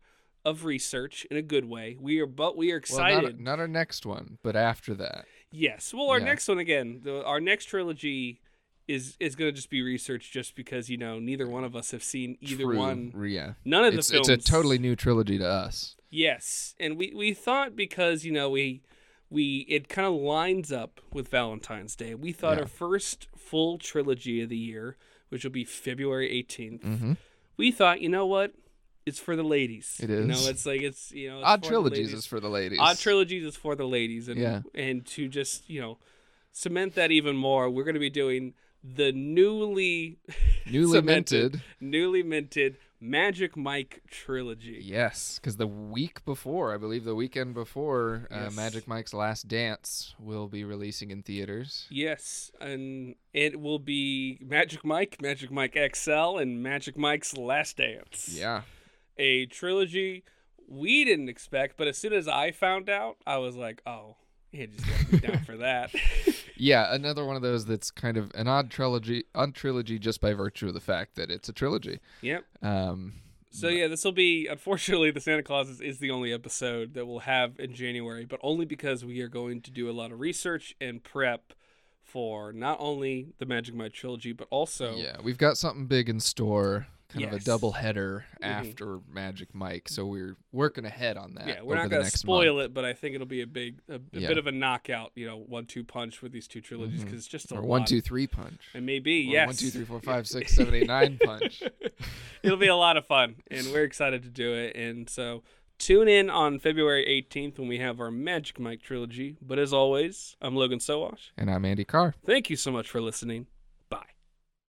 Speaker 1: of research in a good way. We are, but we are
Speaker 2: Well, not-
Speaker 1: excited.
Speaker 2: not, our next one, but after that.
Speaker 1: Yes. Well, our
Speaker 2: Yeah.
Speaker 1: next one again, the, our next trilogy is is going to just be research, just because you know neither one of us have seen either
Speaker 2: True.
Speaker 1: one.
Speaker 2: Yeah.
Speaker 1: None of
Speaker 2: It's,
Speaker 1: the films.
Speaker 2: it's a totally new trilogy to us.
Speaker 1: yes, and we we thought because you know we we it kind of lines up with Valentine's Day. We thought
Speaker 2: Yeah.
Speaker 1: our first full trilogy of the year, which will be February 18th
Speaker 2: Mm-hmm.
Speaker 1: we thought you know what. It's for the ladies.
Speaker 2: It
Speaker 1: You
Speaker 2: is.
Speaker 1: know, it's like it's you know it's
Speaker 2: Odd
Speaker 1: for the
Speaker 2: trilogies
Speaker 1: ladies.
Speaker 2: is for the ladies.
Speaker 1: Odd Trilogies is for the ladies, and
Speaker 2: Yeah.
Speaker 1: and to just you know cement that even more, we're going to be doing the newly
Speaker 2: Newly
Speaker 1: cemented.
Speaker 2: minted.
Speaker 1: newly minted Magic Mike trilogy.
Speaker 2: Yes, because the week before, I believe the weekend before, uh,
Speaker 1: Yes.
Speaker 2: Magic Mike's Last Dance will be releasing in theaters.
Speaker 1: Yes, and it will be Magic Mike, Magic Mike XL, and Magic Mike's Last Dance.
Speaker 2: Yeah,
Speaker 1: A trilogy we didn't expect, but as soon as I found out, I was like, oh, he just got me down for that.
Speaker 2: yeah, another one of those that's kind of an odd trilogy, odd trilogy just by virtue of the fact that it's a trilogy.
Speaker 1: Yep.
Speaker 2: Um,
Speaker 1: So yeah, this will be unfortunately the Santa Claus is, is the only episode that we'll have in January, but only because we are going to do a lot of research and prep for not only the Magic Mike trilogy, but also
Speaker 2: yeah, we've got something big in store, kind of a
Speaker 1: Yes.
Speaker 2: double header
Speaker 1: Mhm.
Speaker 2: after Magic Mike. So we're working ahead on that.
Speaker 1: Yeah, we're not
Speaker 2: over the
Speaker 1: going to
Speaker 2: next
Speaker 1: spoil
Speaker 2: month,
Speaker 1: it, but I think it'll be a big, a, a
Speaker 2: Yeah.
Speaker 1: bit of a knockout, you know, one-two punch with these two trilogies
Speaker 2: Mhm.
Speaker 1: because it's just a
Speaker 2: or
Speaker 1: lot.
Speaker 2: one, two, three punch.
Speaker 1: It may be,
Speaker 2: Or
Speaker 1: yes.
Speaker 2: One, two, three, four, five, six, seven, eight, nine punch.
Speaker 1: It'll be a lot of fun, and we're excited to do it. And so tune in on February 18th when we have our Magic Mike trilogy. But as always, I'm Logan Sowash.
Speaker 2: And I'm Andy Carr.
Speaker 1: Thank you so much for listening.